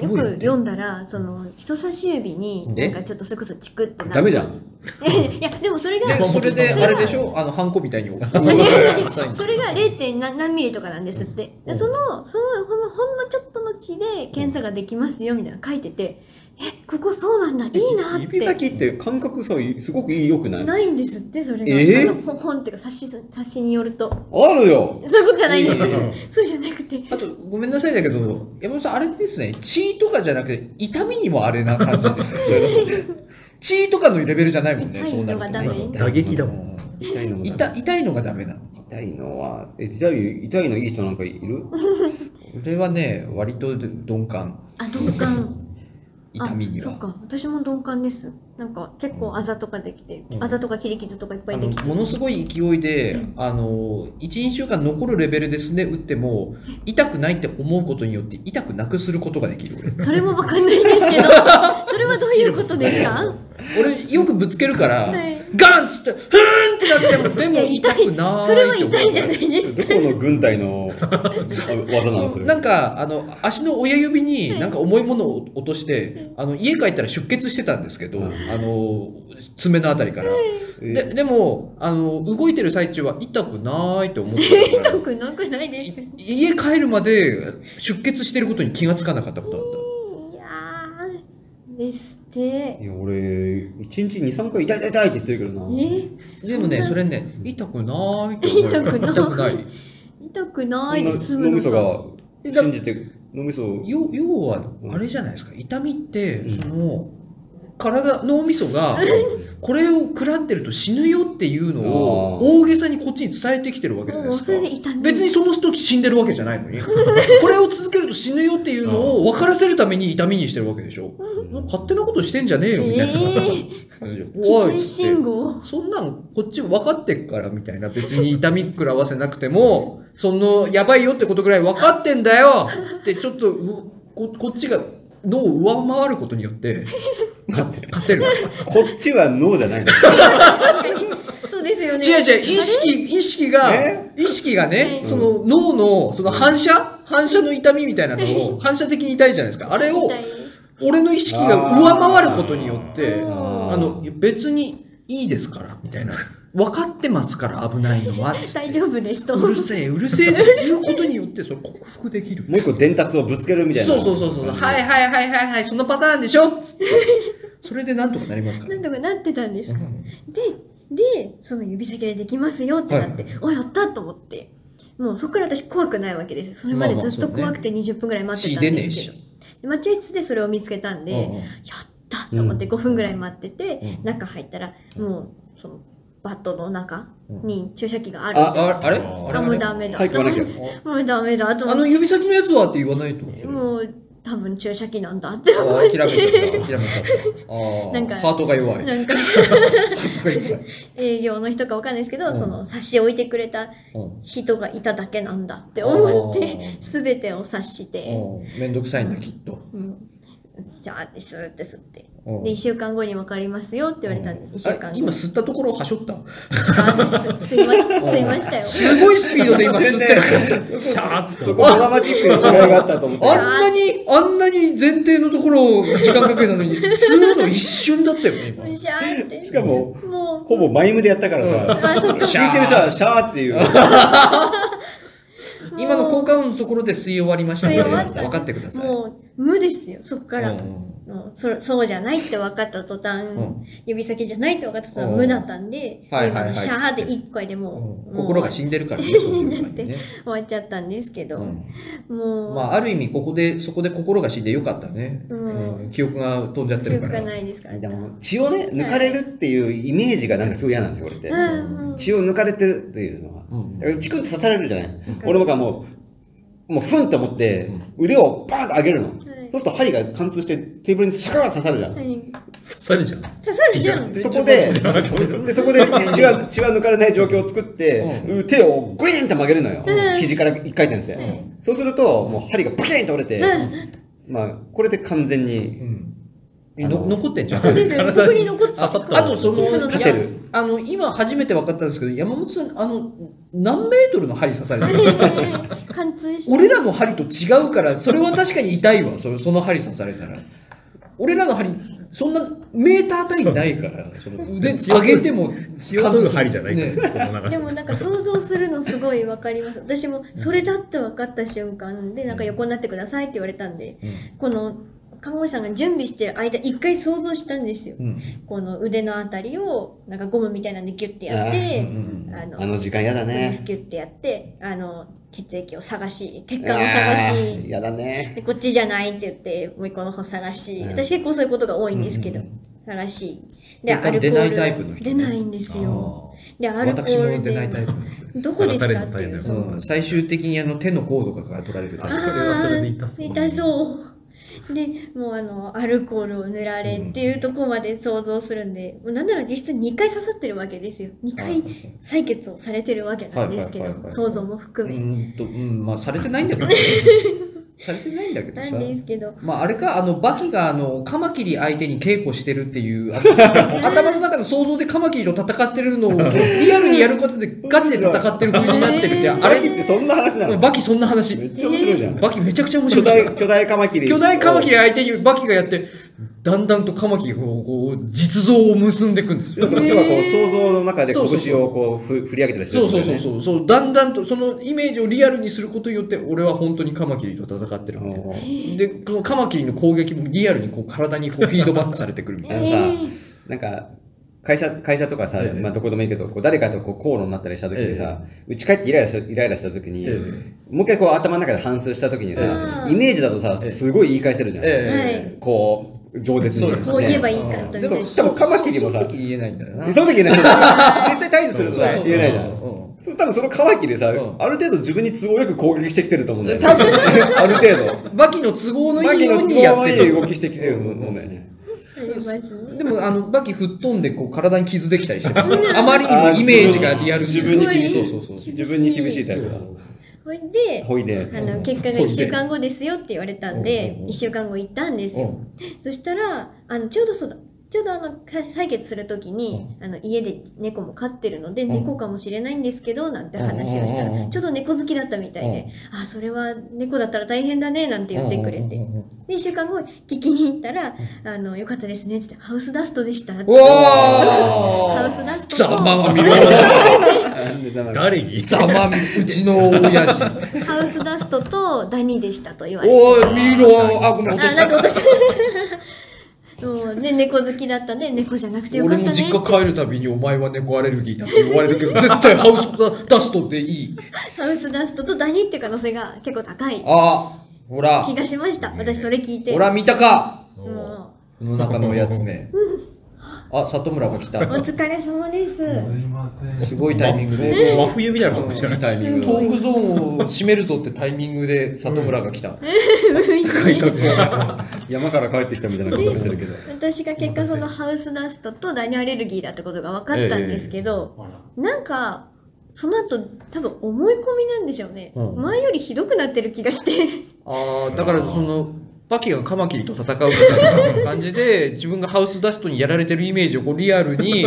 Speaker 2: ど
Speaker 1: よ
Speaker 2: うやって
Speaker 1: く読んだらその人差し指に
Speaker 3: え
Speaker 1: なんかちょっとそれこそチクってな
Speaker 3: ダメじゃん。
Speaker 1: え いやでもそれが
Speaker 2: でそれで
Speaker 1: それが
Speaker 2: あれでしょあのハンコみたいに送る
Speaker 1: そ
Speaker 2: サイン
Speaker 1: れそれが 0. 点何何ミリとかなんですってでそのそのほんのほんのちょっとの血で検査ができますよみたいなの書いててえここそうなんだいいなっ
Speaker 3: 指
Speaker 1: て
Speaker 3: 先って感覚さ、すごくいい良くない
Speaker 1: ないんですってそれが、
Speaker 3: えー
Speaker 1: あのほ本っていうか冊子冊子によると
Speaker 3: あるよ
Speaker 1: そういうことじゃないんです
Speaker 4: う
Speaker 1: そうじゃなくて
Speaker 2: あとごめんなさいだけど山本さんあれですね血とかじゃなくて痛みにもあれな感じ ですよそれだと血とかのレベルじゃないもんね
Speaker 1: 痛い
Speaker 2: そうなる
Speaker 1: の
Speaker 2: と
Speaker 1: がダメ
Speaker 2: ね
Speaker 4: ん打撃だもん。
Speaker 3: 痛いのもダメ
Speaker 2: 痛痛いのがダメなのか
Speaker 3: 痛いのは、え、痛い、痛いのいい人なんかい る
Speaker 2: 俺はね割と鈍感
Speaker 1: あ鈍感
Speaker 2: 痛みに
Speaker 1: あそ
Speaker 2: は
Speaker 1: っか私も鈍感ですなんか結構あざとかできて、
Speaker 2: うん
Speaker 1: あざとか切り傷とかいっぱ
Speaker 2: あ
Speaker 1: い
Speaker 2: の
Speaker 1: できて
Speaker 2: ものすごい勢いで、
Speaker 1: うん
Speaker 2: あの12週間残るレベルですね打っても痛くないって思うことによって痛くなくすることができる俺
Speaker 1: それもわかんないんですけどそれはどういうことですか
Speaker 2: 俺よくぶつけるから、
Speaker 1: はい
Speaker 2: ガンっつってふーんってなってもで
Speaker 1: い
Speaker 2: も
Speaker 1: や
Speaker 2: 痛
Speaker 1: 痛
Speaker 2: く
Speaker 1: い
Speaker 2: ない
Speaker 1: それは痛いじゃないですか
Speaker 3: どこの軍隊の技なのそ
Speaker 2: そう
Speaker 3: れ。
Speaker 2: なんかあの足の親指
Speaker 1: は
Speaker 2: に
Speaker 1: い
Speaker 2: なんか重いものを落として、あの家帰ったら出血してたんですけど、
Speaker 3: うん
Speaker 2: あの爪のあたりから、
Speaker 3: え
Speaker 2: ででもあの動いてる最中は痛くないと思ってたから
Speaker 1: 痛くなくない ですい
Speaker 2: い家帰るまで出血してることに気がつかなかったことだった
Speaker 1: やーですって
Speaker 3: いや、俺、一日二三回痛い痛い痛いって言ってるけどな。
Speaker 1: え
Speaker 2: でもね、
Speaker 1: そんな
Speaker 2: それね、痛くないって思う
Speaker 1: 痛くない
Speaker 2: 痛く ない。
Speaker 1: 痛く
Speaker 3: そん
Speaker 1: ないで済
Speaker 3: な
Speaker 1: む
Speaker 3: 脳み
Speaker 1: の
Speaker 3: そ
Speaker 1: か
Speaker 2: だ
Speaker 3: が、信じて、脳みそを。
Speaker 2: 要要は、あれじゃないですか、痛みって、
Speaker 3: うん
Speaker 2: その、体、脳みそ が、これを食らってると死ぬよっていうの
Speaker 3: あ
Speaker 2: を、大げさにこっちに伝えてきてるわけじゃない
Speaker 1: もう
Speaker 2: で
Speaker 1: そ
Speaker 2: す
Speaker 1: れ
Speaker 2: か
Speaker 1: で。痛み
Speaker 2: 別にその時死んでるわけじゃない のに、これを続けると死ぬよっていうのを分からせるために痛みにしてるわけでしょ。もう勝手なことしてんじゃねえ
Speaker 1: え
Speaker 2: よ、みたいな。
Speaker 1: ー、危
Speaker 2: おい
Speaker 1: 険
Speaker 2: っつって
Speaker 1: 信 号
Speaker 2: そんなんこっち分かってっからみたいな別に痛み食らわせなくてもそのやばいよってことぐらい分かってんだよってちょっとうここっちが脳を上回ることによ って勝て勝てる
Speaker 3: こっちは脳じゃないの。
Speaker 1: そうですよね
Speaker 2: 違う違う意識意識が
Speaker 3: え
Speaker 2: 意識がね
Speaker 1: うん
Speaker 2: その脳のその反射反射の痛みみたいなのを反射的に痛いじゃないですかあれを
Speaker 1: 痛いです
Speaker 2: 俺の意識が上回ることによって
Speaker 1: あー
Speaker 2: あの別にいいですからみたいな分かってますから危ないのは
Speaker 1: 大丈夫ですと
Speaker 2: うるせえうるせえっていうことによってそれ克服できる
Speaker 3: もう一個伝達をぶつけるみたいな。。
Speaker 2: そうそうそうそうはいいはいはいはいはいそのパターンでしょっつってそれでなんとかなりますか
Speaker 1: な
Speaker 2: ら
Speaker 1: んとかなってたんです
Speaker 2: うん
Speaker 1: ででその指先でできますよってなって、
Speaker 2: は
Speaker 1: おやったと思ってもうそこから私怖くないわけですよそれまでずっと怖くて20分ぐらい待ってたんですけど、で待合室でそれを見つけたんで、
Speaker 2: うんうん
Speaker 1: やったと思って5分ぐらい待ってて、
Speaker 2: うん
Speaker 1: 中入ったらもうそのバットの中に注射器がある
Speaker 3: うん
Speaker 1: あ
Speaker 2: ああれ
Speaker 4: あ
Speaker 2: あれ
Speaker 1: あもうダメだ、
Speaker 3: はい、食わなきゃ。
Speaker 1: もうダメだと
Speaker 2: あ
Speaker 1: 思
Speaker 2: の
Speaker 1: っ
Speaker 2: 指先のやつはって言わないと
Speaker 1: てもう多分注射器なんだって
Speaker 2: あ
Speaker 1: 思っ
Speaker 2: ー諦め
Speaker 1: て
Speaker 2: ちゃった諦めちゃったあ
Speaker 1: なんか
Speaker 2: ーハートが弱いハ
Speaker 1: なんか
Speaker 2: ートが弱い
Speaker 1: 営業の人かわかんないですけど、
Speaker 2: うん
Speaker 1: その差し置いてくれた
Speaker 2: うん
Speaker 1: 人がいただけなんだって思っ
Speaker 2: あ
Speaker 1: て
Speaker 2: ー
Speaker 1: 全てを察して、
Speaker 2: うんめんどくさいんだきっと
Speaker 1: うん、じゃあですって吸って
Speaker 2: うん
Speaker 1: で1週間後に分かりますよって言われたんで1週間
Speaker 2: あ
Speaker 1: 後
Speaker 2: 今吸ったところをはしょった
Speaker 1: あすすいまし吸いましたよ
Speaker 2: すごいスピードで今 吸ってる
Speaker 4: シャーッつって
Speaker 3: ここドラマチックな試合があったと思って。
Speaker 2: あんなに、あんなに前提のところを時間かけたのに、吸うの一瞬だったよね、今。
Speaker 1: むしゃーって
Speaker 3: しかも、
Speaker 1: もう
Speaker 3: ほぼマイムでやったからさ、
Speaker 1: あそっか
Speaker 3: 聞いてる人はシャーっていう。
Speaker 2: 今の効果音のところで吸い終わりましたので、
Speaker 1: 吸い終わった
Speaker 2: 分かってください。
Speaker 1: もう無ですよそっから、
Speaker 2: うん
Speaker 1: もうそそうじゃないって分かった途端、
Speaker 2: ん
Speaker 1: 指先じゃないって分かった途
Speaker 2: う
Speaker 1: 端
Speaker 2: ん
Speaker 1: 無だったんで、
Speaker 2: はいはいはい
Speaker 1: シャーって一回でも
Speaker 2: う
Speaker 1: う,、
Speaker 2: ん心が
Speaker 1: 終
Speaker 2: 死んでるか らね、そういう場合にね。
Speaker 1: わっちゃったんですけど、
Speaker 2: うん
Speaker 1: もう、
Speaker 2: まあ、ある意味、ここで、そこで心が死んでよかったね。
Speaker 1: うん
Speaker 2: うん記憶が飛んじゃって
Speaker 1: 記
Speaker 2: る
Speaker 1: 憶
Speaker 2: から
Speaker 1: が。ないですから
Speaker 3: でも血をね抜かれるっていうイメージがなんかすごい嫌なんですよ俺って、
Speaker 1: うんうん
Speaker 3: 血を抜かれてるっていうのは、
Speaker 2: うん
Speaker 3: だからチクって刺されるじゃない、
Speaker 1: ん
Speaker 3: 俺僕はもうもうふんと思って腕をバーンと上げるの、
Speaker 1: はいい
Speaker 3: そうすると針が貫通してテーブルにスカーッ刺さるじゃん。
Speaker 1: はい
Speaker 4: 刺さるじ ゃん。
Speaker 1: 刺さるじゃん
Speaker 3: そこで
Speaker 4: ちょっと待って
Speaker 3: でそ こで血は血は抜かれない状況を作って、
Speaker 2: う
Speaker 3: 手をグリーンって曲げるのよ、
Speaker 1: うん
Speaker 3: 肘から一回転して、
Speaker 1: うん
Speaker 3: そうするともう針がバキーンと折れて、
Speaker 1: うん
Speaker 3: まあ、これで完全
Speaker 2: う
Speaker 3: に
Speaker 2: んえ
Speaker 3: あ
Speaker 2: の
Speaker 3: の
Speaker 2: 残ってんじゃん
Speaker 1: そうですよねここに残っちゃ
Speaker 4: 刺
Speaker 1: う
Speaker 4: さった
Speaker 2: あとその
Speaker 1: その
Speaker 3: 立てる
Speaker 2: いやあの今初めて分かったんですけど山本さんあの何メートルの針刺され たの
Speaker 1: 貫通して
Speaker 2: 俺らの針と違うからそれは確かに痛いわそれその針刺されたら俺らの針そんなメーター単位ないからその腕上げても
Speaker 4: 血を取る針じゃない
Speaker 2: ね
Speaker 4: から、その長
Speaker 1: で
Speaker 4: さ。
Speaker 1: もなんか想像するのすごいわかります私もそれだって分かった瞬間でなんか横になってくださいって言われたんで
Speaker 2: うん
Speaker 1: この看護師さんが準備してる間一回想像したんですよ
Speaker 2: うん
Speaker 1: この腕のあたりをなんかゴムみたいなんでギュッてやっ
Speaker 3: あ
Speaker 1: て
Speaker 2: ーうん
Speaker 1: あ
Speaker 3: あの時間やだね
Speaker 1: ギュッてやってあの血液を探し血管を探
Speaker 3: あー
Speaker 1: し
Speaker 3: やだね
Speaker 1: でこっちじゃないって言ってもう一個の方探し
Speaker 3: うん
Speaker 1: 私結構そういうことが多いんですけど
Speaker 2: うんうん
Speaker 1: 探し
Speaker 2: 血管出ないタイプの人
Speaker 1: 出ないんですよでアルコ
Speaker 2: 私
Speaker 1: ー
Speaker 2: も
Speaker 1: ル
Speaker 2: 出ないタイ
Speaker 1: で
Speaker 2: プ、
Speaker 1: どこです
Speaker 4: さ
Speaker 1: か
Speaker 4: らされる
Speaker 1: っ
Speaker 4: の
Speaker 1: て
Speaker 4: 大変
Speaker 1: い
Speaker 4: だ
Speaker 1: う
Speaker 4: よ
Speaker 1: そう
Speaker 2: うん、最終的にあの手のコードとかから取られる
Speaker 4: あそれはそれで痛そう
Speaker 1: あー痛そうでもうあのアルコールを塗られっていうとこまで想像するんで、もうなんなら実質2回刺さってるわけですよ2回採血をされてるわけなんですけ
Speaker 2: はいはいはい
Speaker 1: ど
Speaker 2: は
Speaker 1: 想
Speaker 2: い
Speaker 1: 像も含
Speaker 2: う
Speaker 1: め、
Speaker 2: んと、うん、まあされてないんだけど ねされてないんだけど
Speaker 1: な
Speaker 2: さ
Speaker 1: んですけど
Speaker 2: まあ、あれかあのバキがあのカマキリ相手に稽古してるっていうあの頭の中の想像でカマキリと戦ってるのをリアルにやることでガチで戦ってる風になってるって、
Speaker 1: えー
Speaker 2: あ
Speaker 3: あれ
Speaker 2: れ
Speaker 3: 切ってそんな話なの
Speaker 2: バキそんな
Speaker 3: めっ
Speaker 2: 話
Speaker 3: ちゃ面白いじゃん、
Speaker 2: バキめちゃくちゃ面白
Speaker 3: 巨
Speaker 2: い
Speaker 3: 大巨大カマキリ
Speaker 2: 巨大カマキリ相手にバキがやってだんだんとカマキリがこうこう実像を結んでいくんですよ
Speaker 3: ちょっと要はこう想像の中で
Speaker 2: そうそうそう
Speaker 3: 拳をこうふ振り上げてらっしゃ
Speaker 2: そ
Speaker 3: る
Speaker 2: うそうそうそうそうだんだんとそのイメージをリアルにすることによって俺は本当にカマキリと戦ってるみたいな
Speaker 3: おー
Speaker 2: でそのカマキリの攻撃もリアルにこう体にこうフィードバックされてくるみたい
Speaker 3: あ
Speaker 2: な
Speaker 3: の
Speaker 1: え
Speaker 3: さ
Speaker 1: ー
Speaker 3: なんか会社会社とかさ、
Speaker 2: ええ
Speaker 3: まあ、どこでもいいけどこう誰かとこう口論になったりした時にさうち、帰ってイライラしたイライラした時に、
Speaker 2: え
Speaker 3: もう一回こう頭の中で反芻した時にさ、
Speaker 1: ええ
Speaker 3: イメージだとさ
Speaker 2: ええ
Speaker 3: すごい言い返せるじゃん、
Speaker 2: え
Speaker 3: こう饒舌
Speaker 2: そう
Speaker 3: に
Speaker 2: ですね
Speaker 1: こう言えばいいかと
Speaker 2: で
Speaker 1: みたい
Speaker 2: も
Speaker 1: な
Speaker 3: でもカマキリもさ
Speaker 2: その時言えないんだよな
Speaker 3: その 時ね実際対峙するとさ
Speaker 2: そうそうそう
Speaker 3: 言えないじゃ
Speaker 2: うんん
Speaker 3: そう多分そのカマキリさ、
Speaker 2: うん
Speaker 3: ある程度自分に都合よく攻撃してきてると思うんだよ、ね、
Speaker 2: 多
Speaker 3: ある 程度
Speaker 2: バキの都合の
Speaker 3: マ
Speaker 2: いい
Speaker 3: キ
Speaker 2: よ
Speaker 3: の
Speaker 2: う
Speaker 3: 都
Speaker 2: にやっ
Speaker 3: 合の
Speaker 2: て
Speaker 3: いい
Speaker 2: る
Speaker 3: 動きしてきてるもんだよね
Speaker 1: ありますね
Speaker 2: でもあのバキ吹っ飛んでこう体に傷できたりしてますからあまりにもイメージがリアル
Speaker 3: 自分に厳しい
Speaker 2: そうそうそう
Speaker 3: 自分に厳しいタイプだ
Speaker 1: ほいで
Speaker 3: ほいで
Speaker 1: あの結果が1週間後ですよって言われたんで1週間後行ったんですよそしたらあのちょうどそうだちょうどあのか採血するときに、あの家で猫も飼ってるので、
Speaker 2: ん
Speaker 1: 猫かもしれないんですけどなんて話をしたら、
Speaker 2: うんうんうんうん
Speaker 1: ちょっと猫好きだったみたいで、あそれは猫だったら大変だねなんて言ってくれて、で1週間後聞きに行ったら「あのよかったですね」っつって「ハウスダストでした」って
Speaker 2: う わ
Speaker 1: ハウス
Speaker 2: ー
Speaker 1: ダスト
Speaker 2: ざ
Speaker 1: と
Speaker 2: ま
Speaker 1: ハ
Speaker 2: あみろ
Speaker 4: 誰に
Speaker 2: ざまあみうちの親 父
Speaker 1: ウスダストとダニでしたと言われて。
Speaker 2: おい見ろあごめん
Speaker 1: あ
Speaker 2: 落とし
Speaker 1: なんか
Speaker 2: た
Speaker 1: 落とした。 そうね、猫好きだったね、猫じゃなくてよかっ
Speaker 2: 俺
Speaker 1: たね
Speaker 2: も
Speaker 1: って。
Speaker 2: 実家帰るたびにお前は猫アレルギーだって言われる けど絶対ハウスダストっていい
Speaker 1: ハウスダストとダニっていう可能性が結構高い
Speaker 2: あほら
Speaker 1: 気がしました。私それ聞いて。
Speaker 2: ほら見たか
Speaker 1: も
Speaker 2: この中のやつねあ里村が来
Speaker 1: うお
Speaker 2: た
Speaker 1: 疲れ様です。
Speaker 2: すごいタイミングで
Speaker 4: 真冬みたいな格好してない。
Speaker 3: タイミング
Speaker 2: トークゾーンを閉めるぞってタイミングで里村が来た、
Speaker 3: 山から帰ってきたみたいな顔してるけど
Speaker 1: 私が結果そのハウスダストとダニアレルギーだってことが分かったんですけど、なんかその後多分思い込みなんでしょうね、
Speaker 2: うん
Speaker 1: 前よりひどくなってる気がして
Speaker 2: ああだからそのバキがカマキリと戦うみたいな感 じで自分がハウスダストにやられてるイメージをこうリアルに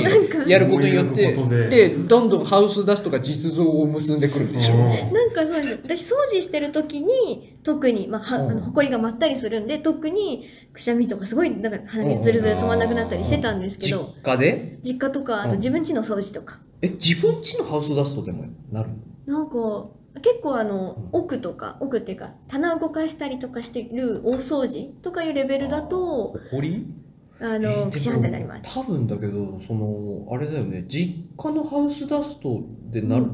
Speaker 2: やることによって
Speaker 5: 思い出すこと
Speaker 2: で
Speaker 5: で
Speaker 2: どんどんハウスダストが実像を結んでくるでしょ
Speaker 1: なんかそうなんです私掃除してる時に特に、まあ、はあのほこりがまったりするんで特にくしゃみとかすごいなんか鼻にずるずる止まんなくなったりしてたんですけ
Speaker 2: 実
Speaker 1: ど
Speaker 2: 家で
Speaker 1: 実家とかあと自分家の掃除とか
Speaker 2: え自分家のハウスダストでもなるの
Speaker 1: なんか結構あの奥とか奥っていうか棚を動かしたりとかしてる大掃除とかいうレベルだと
Speaker 4: 堀
Speaker 1: あ
Speaker 2: えーで
Speaker 1: の
Speaker 2: も
Speaker 1: くしゃんってなります
Speaker 2: 多分だけどそのあれだよね実家のハウスダストでなるの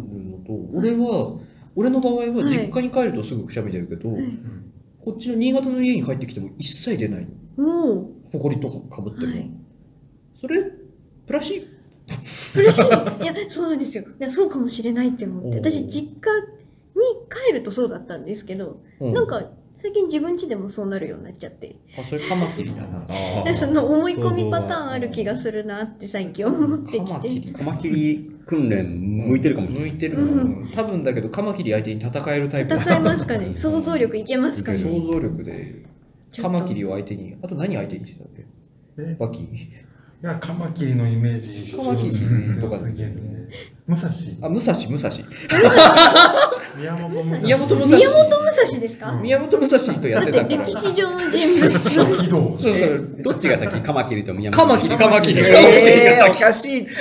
Speaker 2: と、俺は俺の場合は実家に帰るとすぐくしゃみ出るけど、
Speaker 1: はい
Speaker 2: こっちの新潟の家に帰ってきても一切出ない
Speaker 1: もう
Speaker 2: ほこりとかかぶっても、
Speaker 1: はい
Speaker 2: それプラシ
Speaker 1: 嬉しいいやそうなんですよいやそうかもしれないって思って
Speaker 2: おー
Speaker 1: 私実家に帰るとそうだったんですけど
Speaker 2: うん
Speaker 1: なんか最近自分家でもそうなるようになっちゃって
Speaker 2: あそれカマキリだな
Speaker 4: あ
Speaker 1: で
Speaker 4: ー
Speaker 1: その思い込
Speaker 3: 想像
Speaker 1: み
Speaker 3: が
Speaker 1: パターンある気がするなって最近思って
Speaker 2: カ
Speaker 1: き
Speaker 2: マキ
Speaker 1: て
Speaker 2: リ
Speaker 3: カマキリ訓練向いてるかもしれない
Speaker 2: 向いてる、
Speaker 1: う
Speaker 2: 多分だけどカマキリ相手に戦えるタイプ
Speaker 1: 戦えますかね想像力いけますか
Speaker 2: 想
Speaker 1: ね
Speaker 2: 像力で
Speaker 1: ちょっと
Speaker 2: カマキリを相手にあと何相手にしてたっけ
Speaker 5: え
Speaker 2: バキ
Speaker 5: いやカマキリのイメージ
Speaker 2: カマキリとか
Speaker 5: 強すぎるね武蔵
Speaker 2: あ武蔵武蔵
Speaker 5: 宮本武蔵
Speaker 2: 宮本武蔵
Speaker 1: 宮本武蔵ですか
Speaker 2: 宮本武蔵とやってたから
Speaker 1: 歴
Speaker 2: そう
Speaker 1: 史上の人物
Speaker 5: 武道
Speaker 2: そ
Speaker 3: え
Speaker 2: う
Speaker 3: どっちが先カマキリと宮本
Speaker 2: カマキリカマキリカマキリが
Speaker 3: えー、お
Speaker 2: 先
Speaker 3: かしいって普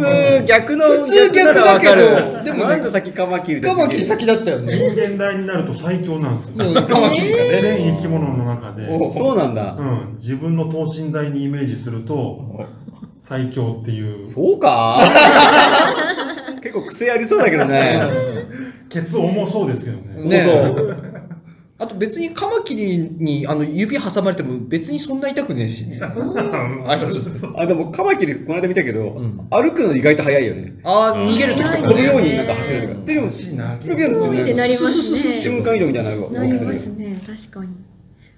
Speaker 3: 通
Speaker 5: 人
Speaker 3: 逆の
Speaker 2: 普通逆だけど
Speaker 3: 逆ならわかる
Speaker 2: でもね
Speaker 3: なんで先カマキリで
Speaker 2: カ
Speaker 3: 次
Speaker 2: マキリ先だったよね
Speaker 5: 間大になると最強なんです
Speaker 2: そう
Speaker 5: よ
Speaker 2: カマキリがね
Speaker 5: 全生き物の中で、
Speaker 2: お
Speaker 3: そうなんだ、
Speaker 5: うん、自分の等身大にイメージすると最強っていう
Speaker 3: そ うか結構癖ありそうだけどね
Speaker 5: ケツ重そうですけどね
Speaker 2: ね
Speaker 3: そう
Speaker 2: あと別にカマキリにあの指挟まれても別にそんな痛くねえしねあいつ
Speaker 3: あでもカマキリこの間見たけど、
Speaker 2: ん
Speaker 3: 歩くの意外と早いよね
Speaker 2: あー逃げる時と
Speaker 1: 早いね
Speaker 2: か
Speaker 3: 飛ぶようになんか走るとかでも
Speaker 5: 欲しいな
Speaker 3: だけど
Speaker 1: 見てなりますね
Speaker 3: スススス瞬間移動みたいな動き
Speaker 1: なり
Speaker 3: する
Speaker 1: ま
Speaker 3: よ
Speaker 1: すね確かに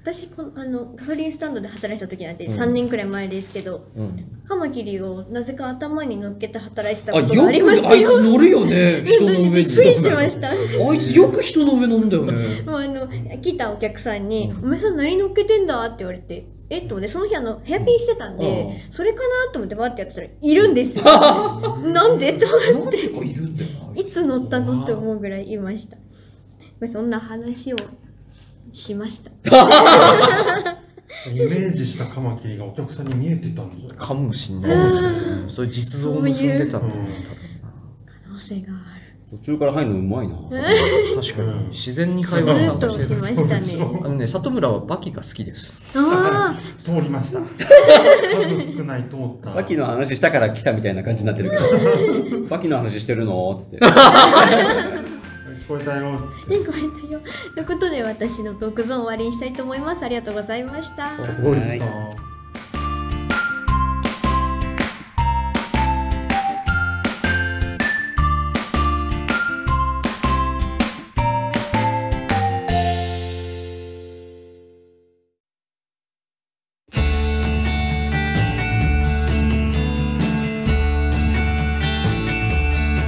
Speaker 1: 私このあのガソリンスタンドで働いてた時なんて
Speaker 2: うん
Speaker 1: 3年くらい前ですけど、
Speaker 2: うん
Speaker 1: カマキリをなぜか頭に乗っけて働いてた
Speaker 2: あ
Speaker 1: こと
Speaker 2: よ
Speaker 1: があります
Speaker 2: くあいつ
Speaker 1: よ
Speaker 2: 乗る よね人の上に
Speaker 1: びっくりしました
Speaker 2: あいつよく人の上乗んだよ ね。
Speaker 1: もうあの来たお客さんに「お前さん何乗っけてんだ?」って言われて「えっ?」と思ってその日あのヘアピンしてたんでそれかなと思ってバッてやってたら「いるん ですよ」なんでと思って
Speaker 2: 結構いるんだよな。
Speaker 1: いつ乗ったのって思うぐらいいましたまあそんな話をしました
Speaker 5: イメージしたカマキリがお客さんに見えてたんじゃない
Speaker 2: かもしんない。それ実像を結んでたんだよね。
Speaker 1: 可能性がある
Speaker 3: 途中から入るのうまいな
Speaker 2: 多分確か
Speaker 5: う
Speaker 2: に
Speaker 5: ん
Speaker 2: 自然に会
Speaker 1: ず
Speaker 2: 話を
Speaker 1: っ
Speaker 2: 参加
Speaker 1: と
Speaker 2: して
Speaker 1: 来
Speaker 2: る
Speaker 1: ま。したね
Speaker 2: あのね里村はバキが好きです。
Speaker 1: あ
Speaker 5: 通りました 数少ない通った
Speaker 3: バキの話したから来たみたいな感じになってるけ どバキの話してるのつって
Speaker 5: 聞こえたよっつっ
Speaker 1: あいい声だよということで私のトークゾーン終わりにしたいと思いますありがとうございました
Speaker 5: てどうでした
Speaker 1: は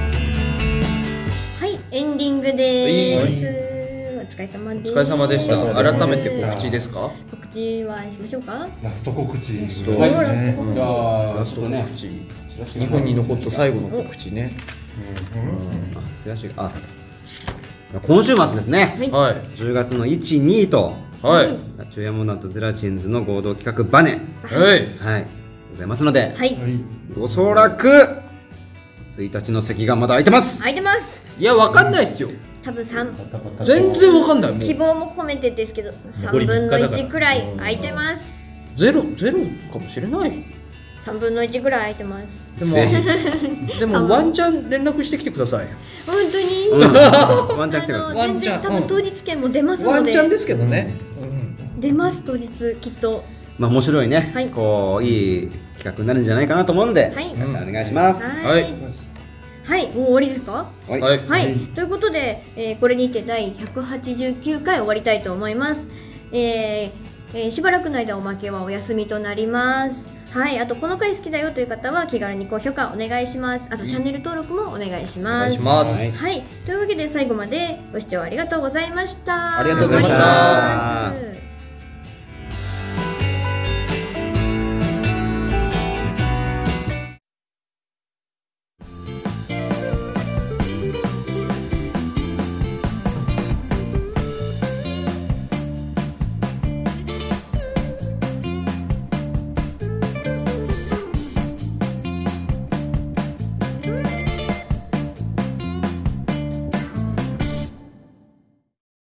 Speaker 1: いエンディングです、
Speaker 5: は
Speaker 1: お疲れ様
Speaker 2: お
Speaker 1: です
Speaker 2: 疲れ様でした。
Speaker 5: お疲れ様でした
Speaker 2: 改めて告知ですか？
Speaker 1: 告知はしましょうか
Speaker 5: ラスト告知
Speaker 1: ラス
Speaker 2: ト
Speaker 3: はい
Speaker 5: ね
Speaker 1: ラスト
Speaker 3: じゃあ
Speaker 2: ラスト告知。日
Speaker 3: 日
Speaker 2: 本に残った最後の告知ね。
Speaker 5: うんうん
Speaker 3: あチラシがあ今週末ですね
Speaker 2: はい
Speaker 3: 10月の12と
Speaker 2: はい
Speaker 3: 中山モナとゼラチンズの合同企画バネ
Speaker 2: はい。
Speaker 3: はいございますので
Speaker 1: はい
Speaker 5: はい
Speaker 3: おそらく1日の席がまだ空いてます
Speaker 1: 空いてます
Speaker 2: いやわかんないっすよ。
Speaker 1: 多分3
Speaker 5: バタバタと
Speaker 2: 全然わかんない。も
Speaker 1: 希
Speaker 2: う
Speaker 1: 望も込めてですけど
Speaker 4: 残り
Speaker 1: 3分の
Speaker 4: 三日だから
Speaker 1: 1くらい空いてます
Speaker 2: ゼロゼロかもしれない。
Speaker 1: 3分の1くらい空いてます
Speaker 2: で
Speaker 3: ぜ
Speaker 2: もで もワンチャン連絡してきてください。
Speaker 1: 本当に、
Speaker 3: うんワンチャン来てく
Speaker 1: あ
Speaker 3: ださい
Speaker 1: の
Speaker 2: ワ
Speaker 1: 全
Speaker 2: ンチャ
Speaker 1: 然
Speaker 2: ン
Speaker 1: 多分当日券も出ます
Speaker 2: ワ
Speaker 1: の
Speaker 2: ン
Speaker 1: で
Speaker 2: チャンですけどね。
Speaker 1: 出ます当日きっと
Speaker 3: まあ面白いね、
Speaker 1: はい
Speaker 3: こういい企画になるんじゃないかなと思うんで、
Speaker 1: はい
Speaker 3: 皆さんお願いします、
Speaker 1: は
Speaker 2: はい
Speaker 1: いはいもう終わりですか
Speaker 2: うん
Speaker 3: は
Speaker 2: はいい。
Speaker 1: はい、ということで、えーこれにて第189回終わりたいと思います、えーえーしばらくの間おまけはお休みとなりますはいあとこの回好きだよという方は気軽に高評価お願いしますあとチャンネル登録もお願いし
Speaker 2: お
Speaker 1: ま
Speaker 2: 願い
Speaker 1: す
Speaker 2: します。
Speaker 3: はい
Speaker 1: はいというわけで最後までご視聴ありがとうございました
Speaker 2: ありがとうございました
Speaker 1: お願いします